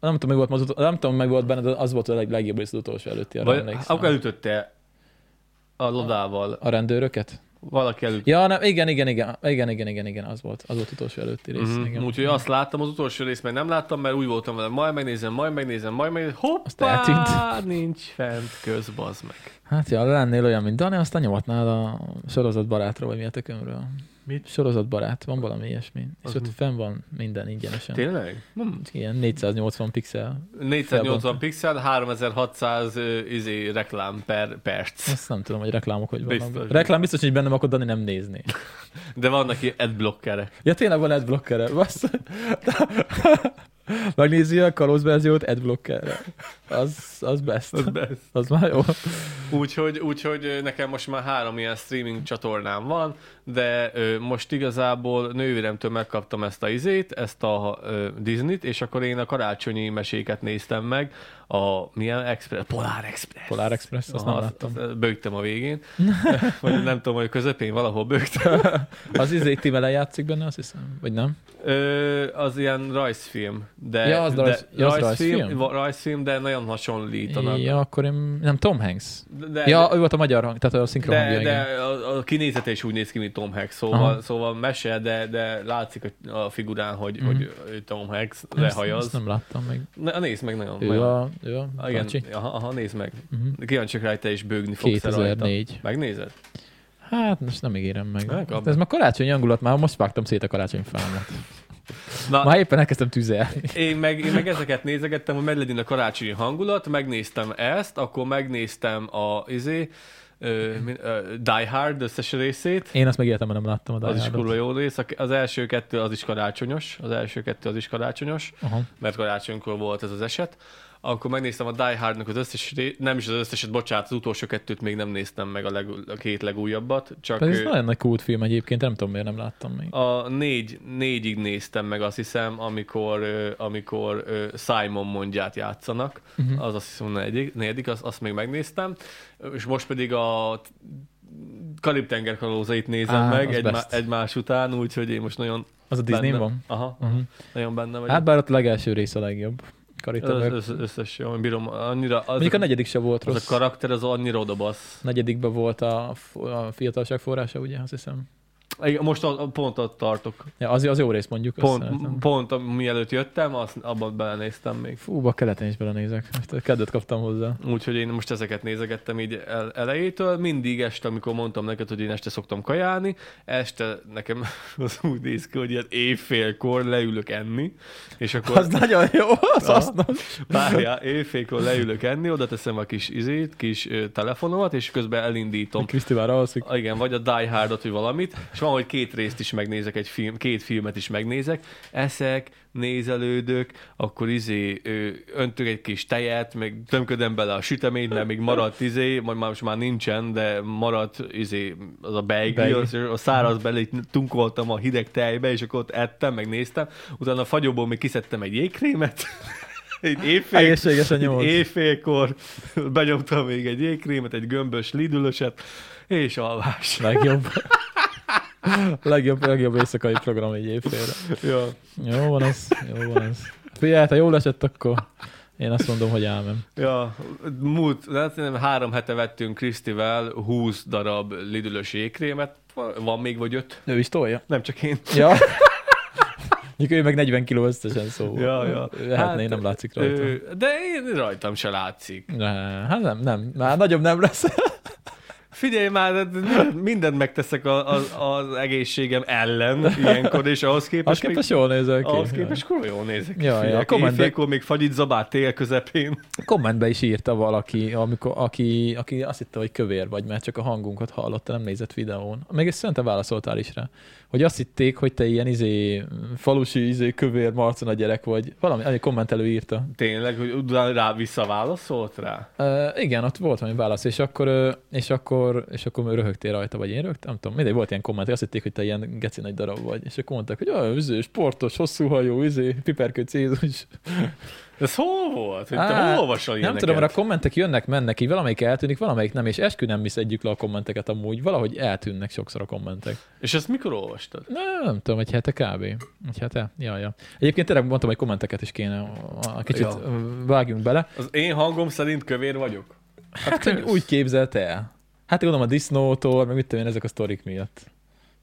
Nem tudom, meg volt, az utol- nem tudom, meg volt benne, de az volt a leg- legjobb rész az utolsó előtti. arra Vagy, emlékszem. akkor elütötte a lodával. A rendőröket? Valaki előtt. Ja, nem, igen, igen, igen, igen, igen, igen, igen, az volt, az volt utolsó előtti rész. Mhm. Igen. Úgyhogy azt láttam, az utolsó részt meg nem láttam, mert úgy voltam vele, majd megnézem, majd megnézem, majd megnézem, Azt hoppá, eltűnt. nincs fent, közbazd meg. Hát ja, lennél olyan, mint Dani, aztán nyomatnál a sorozatbarátról, vagy mi a tökömről. Mit? Sorozatbarát, van valami ilyesmi. Az És ott mi? fenn van minden ingyenesen. Tényleg? Hm. Ilyen 480 pixel. 480 pixel, 3600 ö, izé, reklám per perc. Azt nem tudom, hogy reklámok hogy vannak. Biztos. Reklám biztos, hogy bennem, akkor Dani nem nézni. De vannak ilyen adblockerek. Ja, tényleg van adblockere. Bassz. (laughs) Megnézi a kalóz verziót adblockerre. Az, az best. Az best. Az már jó. Úgyhogy, úgyhogy nekem most már három ilyen streaming csatornám van, de ö, most igazából nővéremtől megkaptam ezt a izét, ezt a ö, Disney-t, és akkor én a karácsonyi meséket néztem meg, a milyen Express, Polar Express. Polar Express, azt Aha, nem láttam. azt bőgtem a végén, (laughs) vagy nem tudom, hogy a közepén valahol bőgtem. Az izé Timele játszik benne, azt hiszem. Vagy nem? Ö, az ilyen rajzfilm, de, Ja, az de rajz- ja, az rajzfilm? va- rajzfilm, de nagyon hasonlítanak. Ja, akkor én... Nem, Tom Hanks. De, ja, ő volt a magyar hang, tehát a szinkron hangja, De, igen. de a, a kinézete is úgy néz ki, mint Tom Hanks, szóval, Aha. szóval mese, de, de látszik a, a figurán, hogy, Mhm. hogy ő Tom Hanks Ezt- Ezt lehajaz. nem láttam meg. Na, nézd meg nagyon. Ő nagyon. a, ő a Ah, Igen. Igen, aha, aha, nézd meg. Uh-huh. Kíváncsi vagyok rá, hogy te is bőgni fogsz rajta. 2004. Megnézed? Hát most nem ígérem meg. Meg a- De ez már karácsonyi angulat, már most vágtam szét a karácsonyfámat. Na, Már éppen elkezdtem tüzelni. én meg, én meg ezeket nézegettem, hogy meglegyen a karácsonyi hangulat, megnéztem ezt, akkor megnéztem a izé, ö, mi- ö, Die Hard összes részét, Én azt megértem, nem láttam a Die az is Hardot. kurva jó rész. A- Az első kettő az is karácsonyos, az első kettő az is karácsonyos. Aha. mert karácsonykor volt ez az eset, akkor megnéztem a Die Hardnak az összes, ré- nem is az összeset, bocsánat, az utolsó kettőt még nem néztem meg, a, leg, a két legújabbat, csak Pedig ez ö, nagyon nagy kult film egyébként, nem tudom miért nem láttam még. a négy, négyig néztem meg azt hiszem, amikor, ö, amikor ö, Simon mondját játszanak, Uh-huh. az azt hiszem negyedik, negyedik azt, azt még megnéztem, és most pedig a Karib-tenger kalózait nézem Á, meg az egymá, best. egymás után, úgyhogy én most nagyon Az a Disney benne, van? Aha, Uh-huh. nagyon benne vagyok. Hát bár ott a legelső rész a legjobb. Az Karitaber. össz, összes jó, én bírom, annyira... Az, Mondjuk a negyedik se volt az a rossz. karakter az annyira odabasz. Negyedikben volt a, a fiatalság forrása, ugye, azt hiszem. Igen, most a, a pont ott tartok. Ja, az, az jó rész mondjuk. azt Pont, szeretem. pont a, mielőtt jöttem, azt, abban belenéztem még. Fú, a keleten is belenézek. Most kedvet kaptam hozzá. Úgyhogy én most ezeket nézegettem így el- elejétől. Mindig este, amikor mondtam neked, hogy én este szoktam kajálni, este nekem (laughs) az úgy néz ki, hogy ilyen éjfélkor leülök enni, és akkor... Az nagyon jó, az Aha. hasznos. Várjál, éjfélkor leülök enni, oda teszem a kis izét, kis ö, telefonomat, és közben elindítom. Kriszti már alszik. Ah, Igen, vagy a Die Hardot, vagy valamit, és van, hogy két részt is megnézek, egy film, két filmet is megnézek, eszek, nézelődök, akkor izé ö, öntök egy kis tejet, meg tömködöm bele a süteményt, mert még maradt izé, majd már most már nincsen, de maradt izé az a bagel, Bagel. az, a száraz bele, így tunkoltam a hideg tejbe, és akkor ott ettem, meg néztem, utána a fagyóból még kiszedtem egy jégkrémet, (laughs) egy éjfél, Egészségesen egy nyomod. éjfélkor benyomtam még egy jégkrémet, egy gömbös lidülöset, és alvás. Legjobb. legjobb, legjobb éjszakai program egy évfélre. Ja. Jó van ez, jó van ez. Figyelj, hát, ha jól esett, akkor én azt mondom, hogy ámem. ja. Múlt, hát nem, három hete vettünk Krisztivel 20 darab lidülös jégkrémet, van még vagy öt? Ő is tolja? Nem csak én. Ja. Mondjuk ő meg 40 kiló összesen, szóval. Ja, ja. Lehetne, hát, nem látszik rajta. Ő... Ö, de én rajtam se látszik. Hát nem, nem. Már nagyobb nem lesz. Figyelj már, hát mindent- mindent megteszek a, a, az egészségem ellen ilyenkor, és ahhoz Az képest, képest jól nézel ki. ahhoz képest kurva jól nézek ki. Ja, ja, Figyelj, a kommentbe- éjfélkor még fagyit zabát tél közepén. Kommentbe is írta valaki, amikor, aki, aki azt hitte, hogy kövér vagy, mert csak a hangunkat hallotta, nem nézett videón. Még ezt szerintem válaszoltál is rá. Hogy azt hitték, hogy te ilyen izé, falusi izé, kövér marcona gyerek vagy. Valami, egy kommentelő írta. Tényleg, hogy utána rá visszaválaszolt rá? Uh, igen, ott volt valami válasz, és akkor, ö, és akkor, és akkor röhögtél rajta, vagy én röhögtem, nem tudom, mindegy, volt ilyen komment, hogy azt hitték, hogy te ilyen geci nagy darab vagy, és akkor mondták, hogy olyan üző, sportos, hosszú hajó, izé, piperkő Jézus. Ez hol volt? Hogy te Á, hol olvasol Hát, Nem ilyeneket? tudom, mert a kommentek jönnek, mennek, így valamelyik eltűnik, valamelyik nem, és eskü nem viszedjük le a kommenteket amúgy, valahogy eltűnnek sokszor a kommentek. És ezt mikor olvastad? Na, nem tudom, egy hete kb. Egy hete? Ja, ja. Egyébként tényleg mondtam, hogy kommenteket is kéne, a- a kicsit Ja. ja. vágjunk bele. Az én hangom szerint kövér vagyok? Hát, hogy kösz. úgy képzelte el. Hát gondolom a disznótól, meg mit tudom én, ezek a sztorik miatt.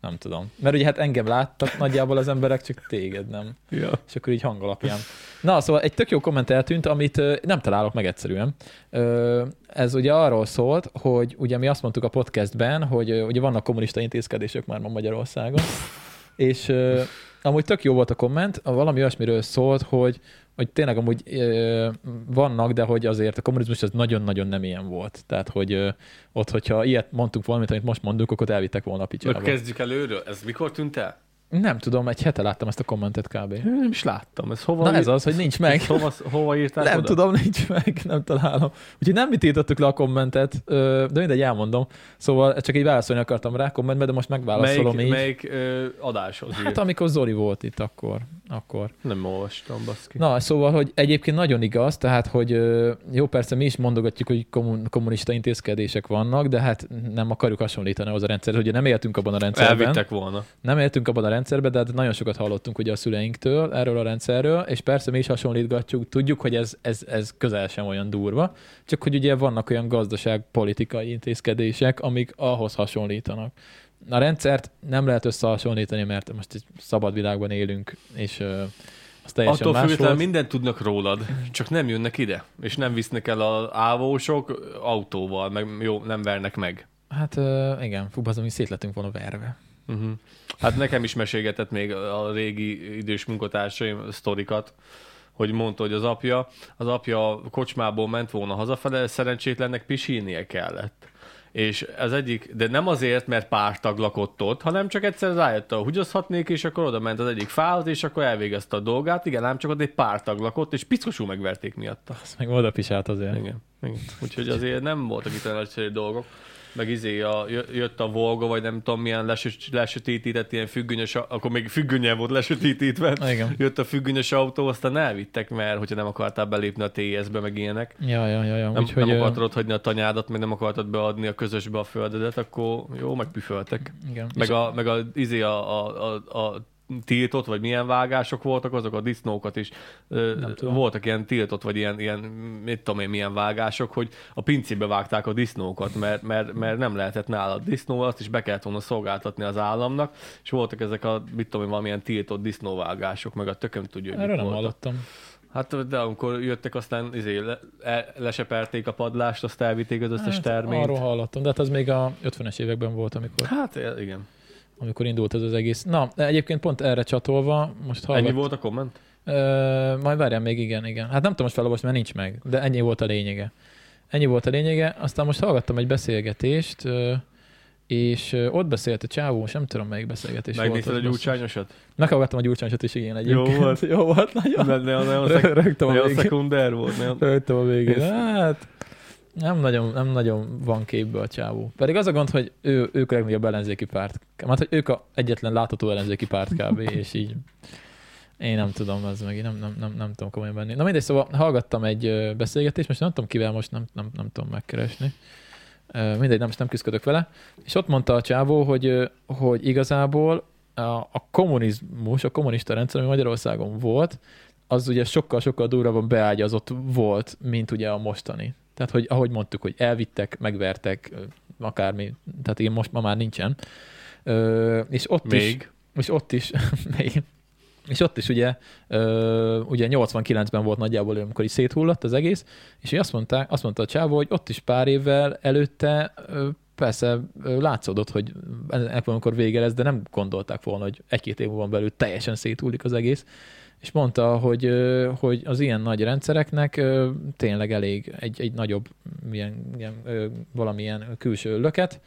Nem tudom. Mert ugye hát engem láttak nagyjából az emberek, csak téged nem. Ja. És akkor így hang alapján. Na, szóval egy tök jó komment eltűnt, amit ö, nem találok meg egyszerűen. Ö, Ez ugye arról szólt, hogy ugye mi azt mondtuk a podcastben, hogy ö, ugye vannak kommunista intézkedések már ma Magyarországon, és ö, amúgy tök jó volt a komment, valami olyasmiről szólt, hogy hogy tényleg amúgy ö, vannak, de hogy azért a kommunizmus az nagyon-nagyon nem ilyen volt. Tehát, hogy ö, ott, hogyha ilyet mondtunk valamit, amit most mondunk, akkor elvittek volna a picsába. Akkor kezdjük előről. Ez mikor tűnt el? Nem tudom, egy hete láttam ezt a kommentet kb. Nem is láttam. Ez hova, Na ez az, hogy nincs meg. (laughs) hova, hova írták Nem oda? tudom, nincs meg, nem találom. Úgyhogy nem mi tiltottuk le a kommentet, ö, de mindegy, elmondom. Szóval csak így válaszolni akartam rá kommentbe, de most megválaszolom Melyik, így. melyik ö, adásod Hát hát, amikor Zoli volt itt, akkor. akkor. Nem olvastam, baszki. Na, szóval, hogy egyébként nagyon igaz, tehát, hogy ö, jó, persze mi is mondogatjuk, hogy kommun- kommunista intézkedések vannak, de hát nem akarjuk hasonlítani ahhoz a rendszerhez, hogy nem éltünk abban a rendszerben. Elvittek volna. Nem éltünk abban a rendszerben, de hát nagyon sokat hallottunk ugye a szüleinktől erről a rendszerről, és persze mi is hasonlítgatjuk, tudjuk, hogy ez, ez, ez közel sem olyan durva, csak hogy ugye vannak olyan gazdaságpolitikai intézkedések, amik ahhoz hasonlítanak. A rendszert nem lehet összehasonlítani, mert most egy szabad világban élünk, és ö, az teljesen Attól más függetlenül volt. mindent tudnak rólad, csak nem jönnek ide, és nem visznek el az ávósok autóval, meg jó, nem vernek meg. Hát ö, igen, fú, az, ami szét lettünk volna verve. Uh-huh. Hát nekem is mesélgetett még a régi idős munkatársaim sztorikat, hogy mondta, hogy az apja, az apja a kocsmából ment volna hazafele, szerencsétlennek pisilnie kellett. És az egyik, de nem azért, mert pártag lakott ott, hanem csak egyszer rájött, hogy hatnék, és akkor oda ment az egyik fához, és akkor elvégezte a dolgát. Igen, ám csak ott egy pártag lakott, és piszkosul megverték miatta. Azt meg oda pisált azért. Igen. Igen. Úgyhogy azért nem voltak itt olyan egyszerű dolgok. Meg izé, a, jö- jött a Volga, vagy nem tudom milyen lesöt- lesötétített, ilyen függönyös, a- akkor még függönyen volt lesötétítve. Igen. Jött a függönyös autó, aztán elvittek, mert hogyha nem akartál belépni a TS-be, meg ilyenek. Ja, ja, ja, ja. Nem, Úgyhogy, nem ö, akartad ott hagyni a tanyádat, meg nem akartad beadni a közösbe a földedet, akkor jó, megpüföltek. igen. Meg És- a, meg a, izé, a, a, a, a tiltott, vagy milyen vágások voltak, azok a disznókat is ö, Nem tudom. voltak ilyen tiltott, vagy ilyen, ilyen, mit tudom én, milyen vágások, hogy a pincébe vágták a disznókat, mert, mert, mert nem lehetett nálad disznó, azt is be kellett volna szolgáltatni az államnak, és voltak ezek a, mit tudom én, valamilyen tiltott disznóvágások, meg a tököm tudja, hogy mik Erről nem voltak. hallottam. Hát de amikor jöttek, aztán izé, le, e- leseperték a padlást, azt elvitték az összes hát, terményt. Arról hallottam, de hát az még a 50-es években volt, amikor, Hát e- igen. amikor indult ez az egész. Na, egyébként pont erre csatolva, most hallgat... Ennyi volt a komment? Ö, majd várjál még, igen, igen. Hát nem tudom most felolvasni, mert nincs meg, de ennyi volt a lényege. Ennyi volt a lényege, aztán most hallgattam egy beszélgetést, ö, és ö, ott beszélt a csávó, most nem tudom melyik beszélgetés Megnézted a volt. az basszus. gyurcsányosat? Meghallgattam a gyurcsányosat is, igen, egyébként. volt. (laughs) Jó volt, nagyon. Nagyon, nagyon, szek- Rö- Rögtön a nagyon végén. szekunder volt. Nagyon... Rögtön a végén. Ez- Hát, nem nagyon, nem nagyon van képbe a csávó. Pedig az a gond, hogy ő, ők a legnagyobb ellenzéki párt. Hát, hogy ők a egyetlen látható ellenzéki párt kb. és így. Én nem tudom, az meg, én nem, nem, nem, nem tudom komolyan venni. Na mindegy, szóval hallgattam egy ö, beszélgetést, most nem tudom kivel, most nem, nem, nem tudom megkeresni. Ö, Mindegy, nem, most nem küzdködök vele. És ott mondta a csávó, hogy, ö, hogy igazából a, a kommunizmus, a kommunista rendszer, ami Magyarországon volt, az ugye sokkal-sokkal durrabban beágyazott volt, mint ugye a mostani. Tehát, hogy ahogy mondtuk, hogy elvittek, megvertek, ö, akármi, tehát igen, most ma már nincsen. Ö, és ott is, Még. és ott is, (laughs) még, és ott is ugye, ö, ugye 89-ben volt nagyjából, amikor így széthullott az egész, és így azt mondta, azt mondta a csávó, hogy ott is pár évvel előtte ö, persze ö, látszódott, hogy ebből amikor vége lesz, de nem gondolták volna, hogy egy-két év múlva belül teljesen széthullik az egész. És mondta, hogy, ö, hogy az ilyen nagy rendszereknek ö, tényleg elég egy, egy nagyobb ilyen, ilyen, ö, valamilyen külső löket,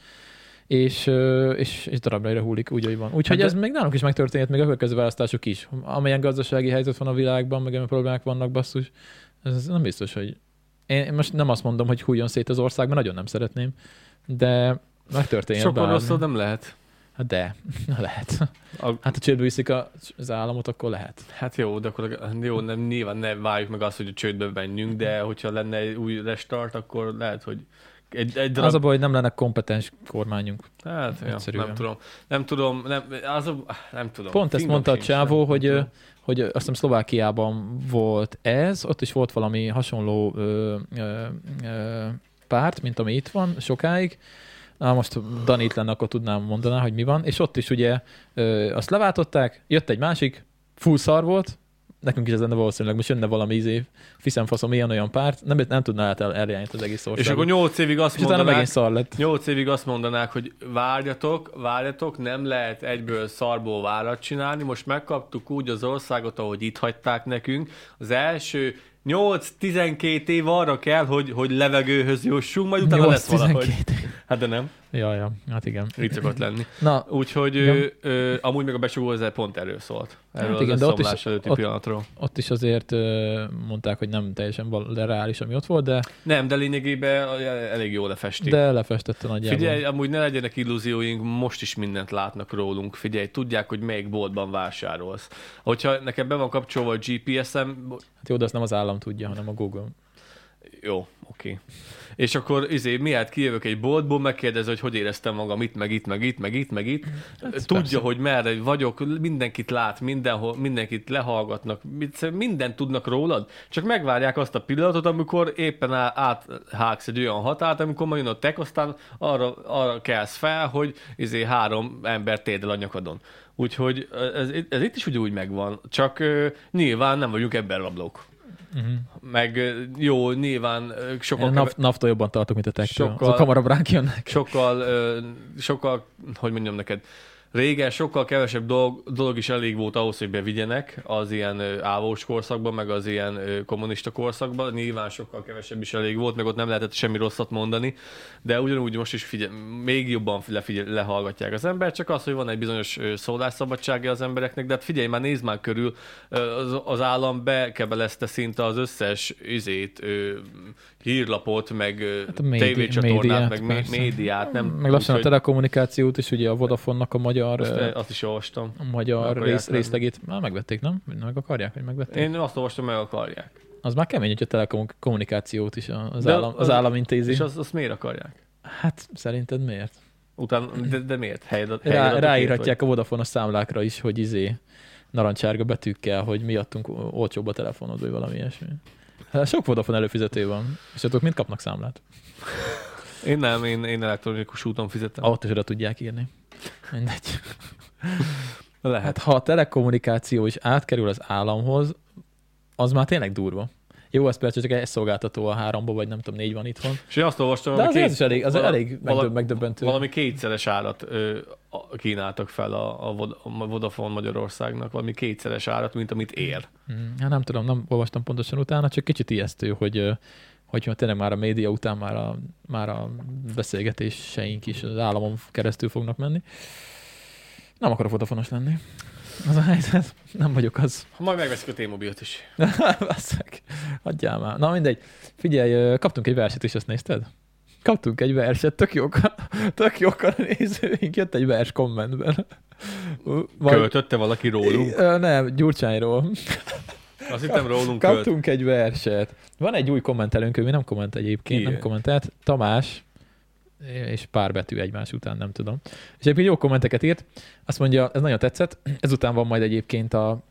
és, ö, és, és darabra hullik úgy, ahogy van. Úgyhogy Hát hát de- ez még nálunk is megtörténhet, még a következő választások is. Amilyen gazdasági helyzet van a világban, meg amilyen problémák vannak, basszus, ez ez nem biztos, hogy... Én én most nem azt mondom, hogy hújjon szét az ország, mert nagyon nem szeretném, de megtörténhet Sokkal bármi. rosszabb nem lehet. Hát de, (laughs) lehet. A, Hát ha csődbe viszik a, az államot, akkor lehet. hát jó, de akkor jó, nem, nyilván ne várjuk meg azt, hogy a csődbe menjünk, de hogyha lenne egy új restart, akkor lehet, hogy egy, egy darab Az a baj, hogy nem lenne kompetens kormányunk. Hát, ja, Egyszerűen. nem tudom. Nem tudom, nem, az a, nem tudom. Pont ezt Fingom mondta a sincs, csávó, nem- hogy, nem ö, tudom. hogy ö, azt hiszem Szlovákiában volt ez, ott is volt valami hasonló ö, ö, ö, párt, mint ami itt van sokáig. Na most Dani itt lenne, akkor tudnám mondaná, hogy mi van. És ott is ugye ö, azt leváltották, jött egy másik, full szar volt, nekünk is ez lenne valószínűleg, most jönne valami izé, fiszem faszom, ilyen-olyan párt, nem, nem tudná el, elirányítani az egész országot. És akkor nyolc évig azt és utána mondanák, megint szar lett. nyolc évig azt mondanák, hogy várjatok, várjatok, nem lehet egyből szarból várat csinálni, most megkaptuk úgy az országot, ahogy itt hagyták nekünk. Az első 8-12 év arra kell, hogy, hogy levegőhöz jussunk, majd utána lesz valahogy. 8-12. Hát de nem, Ja, ja, hát igen. így szokott lenni. Na, Úgyhogy ö, ö, amúgy meg a besugó ezzel pont erről szólt. Erről Hát hát igen, igen, az de ott is- összeomlás előtti ott- pillanatról. ott is azért ö, mondták, hogy nem teljesen val- reális, ami ott volt, de, Nem, de lényegében elég jól lefesti. de lefestette nagyjából. Figyelj, amúgy ne legyenek illúzióink, most is mindent látnak rólunk. Figyelj, tudják, hogy melyik boltban vásárolsz. Hogyha nekem be van kapcsolva a GPS-em, bo- Hát jó, de azt nem az állam tudja, hanem a Google. jó, oké. És akkor izé, miért kijövök egy boltból, megkérdez, hogy hogy éreztem magam itt, meg itt, meg itt, meg itt, meg itt. Hát, Tudja, persze. hogy merre vagyok, mindenkit lát, mindenhol, mindenkit lehallgatnak, mit- mindent tudnak rólad, csak megvárják azt a pillanatot, amikor éppen á- áthágsz egy olyan határt, amikor majd jön a tek, aztán arra, arra kelsz fel, hogy izé három ember térdel a nyakadon. Úgyhogy ez, ez itt is ugyanúgy megvan, csak ö, nyilván nem vagyunk ebben rablók. Uh-huh. Meg ö, jó, nyilván ö, Én a sokan, naf- naptól jobban tartok, mint a tektől. Sokkal- Sokkal... Azok hamarabb ránk jönnek. sokkal, ö, sokkal, hogy mondjam neked, régen sokkal kevesebb dolog, dolog is elég volt ahhoz, hogy bevigyenek az ilyen ö, ávós korszakban, meg az ilyen ö, kommunista korszakban. Nyilván sokkal kevesebb is elég volt, meg ott nem lehetett semmi rosszat mondani, de ugyanúgy most is figyel, még jobban lefigyel, lehallgatják az ember, csak az, hogy van egy bizonyos ö, szólásszabadsága az embereknek, de hát figyelj már, nézd már körül, ö, az, az állam bekebelezte szinte az összes izét, ö, hírlapot, meg ö, Hát a médi- tévécsatornát, médiát, meg mé- persze. médiát. Nem, Meg lassan a úgyhogy- telekommunikációt is, ugye a Vodafonnak a magyar, azt, ö, azt is olvastam. a magyar akarják rész, venni. részlegét már megvették, nem? Meg akarják, hogy megvették? Én... Én azt olvastam, meg akarják. Az már kemény, hogy a telekommunikációt is a- az, De állam, az, az- állam intézi. És Az... azt, azt miért akarják? Hát szerinted miért? Utána, de, de miért? Helyed, Rá, ráírhatják a Vodafone a számlákra is, hogy izé narancsárga betűkkel, hogy miattunk olcsóbb a telefonod, vagy valami ilyesmi. Hát Sok Vodafone előfizető van, és azok mind kapnak számlát. Én nem, én, én elektronikus úton fizetem. Ott is oda tudják írni. Mindegy. Lehet. Hát ha a telekommunikáció is átkerül az államhoz, az már tényleg durva. Jó, ez persze csak egy szolgáltató a háromba, vagy nem tudom, négy van itthon. És én azt olvastam, De hogy az, az is elég, az vala- elég megdöbb, vala- megdöbbentő. Valami kétszeres árat ö, a- kínáltak fel a, a Vod- a Vodafone Magyarországnak, valami kétszeres árat, mint amit ér. Hmm, Hát nem tudom, nem olvastam pontosan utána, csak kicsit ijesztő, hogy, ö, hogy ma tényleg már a média után már a, már a beszélgetéseink is az államon keresztül fognak menni. Nem akarok fotofonos lenni. Az a helyzet. Nem vagyok az. (laughs) Ha Majd megveszik a T-mobilt is. Basszak. Adjál már. Na mindegy. Figyelj, ö, kaptunk egy verset is, azt nézted? Kaptunk egy verset, tök jók, (laughs) tök jók a nézőink. Jött egy vers kommentben. Ö, Vagy... Vagy, Költötte valaki rólunk? Ö, nem, Gyurcsányról. Azt hittem rólunk költ. Kaptunk egy verset. Van egy új kommentelőnk, ő mi nem komment egyébként, Ki nem ő? kommentelt. Tamás, és pár betű egymás után, nem tudom. És egyébként jó kommenteket írt. Azt mondja, ez nagyon tetszett. Ezután van majd egyébként a,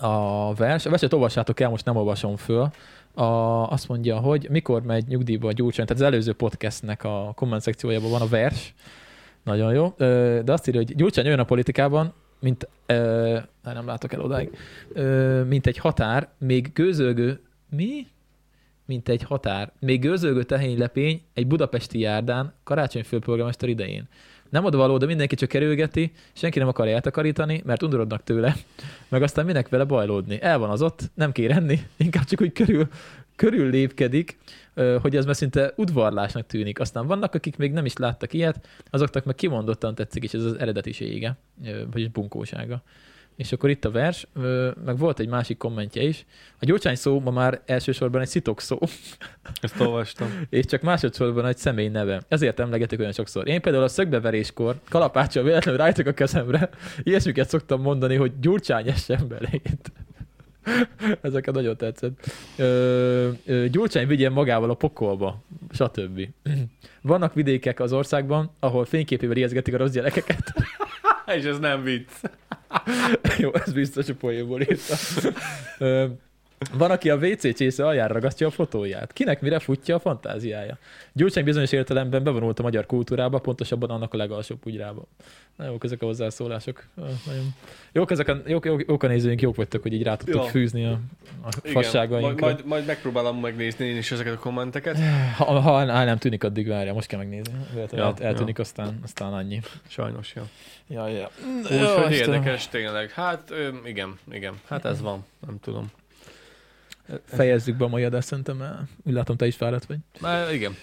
a vers. A verset olvassátok el, most nem olvasom föl. A, azt mondja, hogy mikor megy nyugdíjba a gyurcsány. Tehát az előző podcastnek a komment szekciójában van a vers. Nagyon jó. Ö, De azt írja, hogy gyurcsány olyan a politikában, mint, ö, hát nem látok el odáig, ö, mint egy határ, még gőzölgő, mi? Mint egy határ, még gőzölgő tehénylepény egy budapesti járdán karácsony főpolgármester idején. Nem oda való, de mindenki csak kerülgeti, senki nem akarja eltakarítani, mert undorodnak tőle, meg aztán minek vele bajlódni. El van az ott, nem kér enni, (laughs) inkább csak úgy körül, körül lépkedik, ö, hogy ez már szinte udvarlásnak tűnik. Aztán vannak, akik még nem is láttak ilyet, azoknak meg kimondottan tetszik, és ez az eredetisége, ö, vagyis bunkósága. És akkor itt a vers, ö, meg volt egy másik kommentje is. A gyurcsány szó ma már elsősorban egy szitok szó, (laughs) Ezt olvastam. és csak másodszorban egy személy neve. Ezért emlegetik olyan sokszor. Én például a szögbeveréskor kalapáccsal véletlenül rájtok a kezemre. (laughs) Ilyesmiket szoktam mondani, hogy gyurcsány essen (laughs) belét. Ezeket nagyon tetszett. Ö, ö, gyurcsány vigyen magával a pokolba, stb. (clears throat) Vannak vidékek az országban, ahol fényképével ijeszgetik a rossz gyerekeket. És ez nem vicc. Jó, ez biztos a poénból írta. Ö, Van, aki a WC csésze aljára ragasztja a fotóját. Kinek mire futja a fantáziája? Gyurcsány bizonyos értelemben bevonult a magyar kultúrába, pontosabban annak a legalsóbb ügyrába. Na, jók ezek a hozzászólások. Ö, Nagyon. Jók, ezek a, jók, jók, jók a nézőink, jók vagytok, hogy így rá tudtuk Ja. fűzni a, a Igen. Majd, fasságainkra. majd, majd megpróbálom megnézni én is ezeket a kommenteket. Ha, ha el nem tűnik, addig várja, most kell megnézni. Ja, Ja, el, eltűnik, aztán, aztán annyi. Sajnos, jó. Ja, ja. Úgyhogy érdekes tényleg. Hát ö, igen, igen. Hát ez van. Nem tudom. Fejezzük be a mai adást, szerintem. mert Úgy látom, te is fáradt vagy. Már (laughs) igen.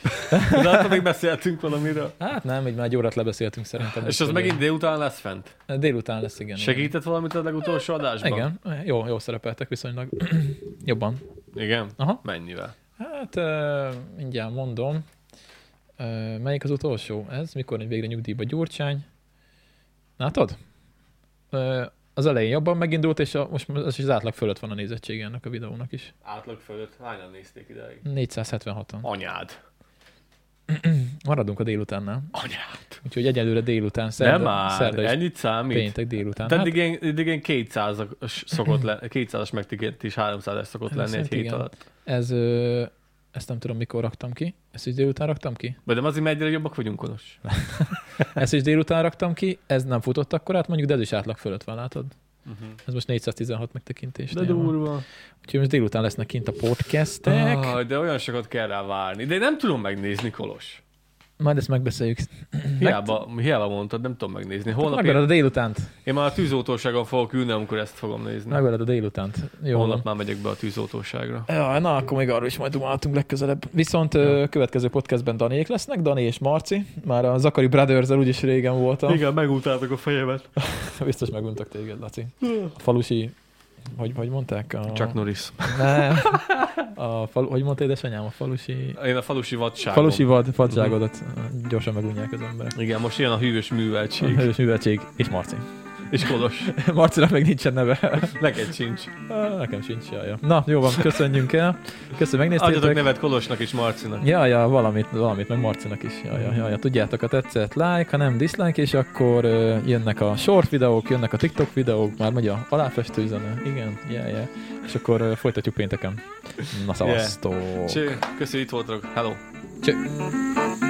De attól még beszéltünk valamiről. Hát nem, így már egy órát lebeszéltünk szerintem. És az Úgyhogy megint délután lesz fent. Délután lesz, igen. Segített valamit a legutolsó adásban? Igen, igen. Jó, jó szerepeltek viszonylag. (clears throat) Jobban. Igen? Aha. Mennyivel? Hát ö, mindjárt mondom. Ö, Melyik az utolsó? Ez mikor megy végre nyugdíjba Gyurcsány? Látod? Ö, Az elején jobban megindult, és a, most az is az átlag fölött van a nézettsége ennek a videónak is. Átlag fölött hányan nézték ideig? 476-an. Anyád. Maradunk a délutánnál. Anyád. Úgyhogy egyelőre délután, szerda, Szerda, Nem már. szerda és Ennyit számít? péntek délután. Hát Tehát eddig én, eddig én 200 szokott lenni, 200-as megtikentés 300-as szokott Ez lenni egy szerint hét igen. alatt. Ez, ö, ezt nem tudom, mikor raktam ki. Ezt is délután raktam ki? Vagy nem azért, mert egyre jobbak vagyunk, Konos. Ezt is délután raktam ki, ez nem futott akkor át, mondjuk, de ez is átlag fölött van, látod? Mhm. Ez most 416 megtekintés. De durva. Úgyhogy most délután lesznek kint a podcastek. Ah, de olyan sokat kell rá várni. De én nem tudom megnézni, Kolos. Majd ezt megbeszéljük. Hiába, hiába mondtad, nem tudom megnézni. Holnap Megverad én, a délutánt. én, már a tűzoltóságon fogok ülni, amikor ezt fogom nézni. Megverad a délutánt. Jó. Holnap Holnap. már megyek be a tűzoltóságra. Ja, na, akkor még arról is majd dumáltunk legközelebb. Viszont ö, következő podcastben Daniék lesznek, Dani és Marci. Már a Zakari brothers úgyis régen voltam. Igen, megutáltak a fejemet. Biztos meguntak téged, Laci. A falusi, hogy, hogy mondták? A... Csak Norris. Nem. A falu, hogy mondta édesanyám, a falusi... Én a falusi vadságon. Falusi vad, vadságodat gyorsan megunják az emberek. (laughs) Igen, most ilyen a hűvös műveltség. Hős műveltség és Marci. (laughs) És kolos. Marcinak még nincsen neve. Neked sincs. Á, Nekem sincs jaja. Na, jó van, köszönjünk el. Köszönöm, Adjatok megnéztétek. nevet Kolosnak és Marcinak. Ja, ja, valamit, valamit, meg Marcinak is. Ja, ja, ja, ja. Tudjátok, a tetszett like, ha nem dislike, és akkor uh, jönnek a short videók, jönnek a TikTok videók, már megy a aláfestő üzene. Igen, yeah, yeah. És akkor uh, folytatjuk pénteken. Na szavaztok. Cső, köszi, itt voltatok. Hello. Cső.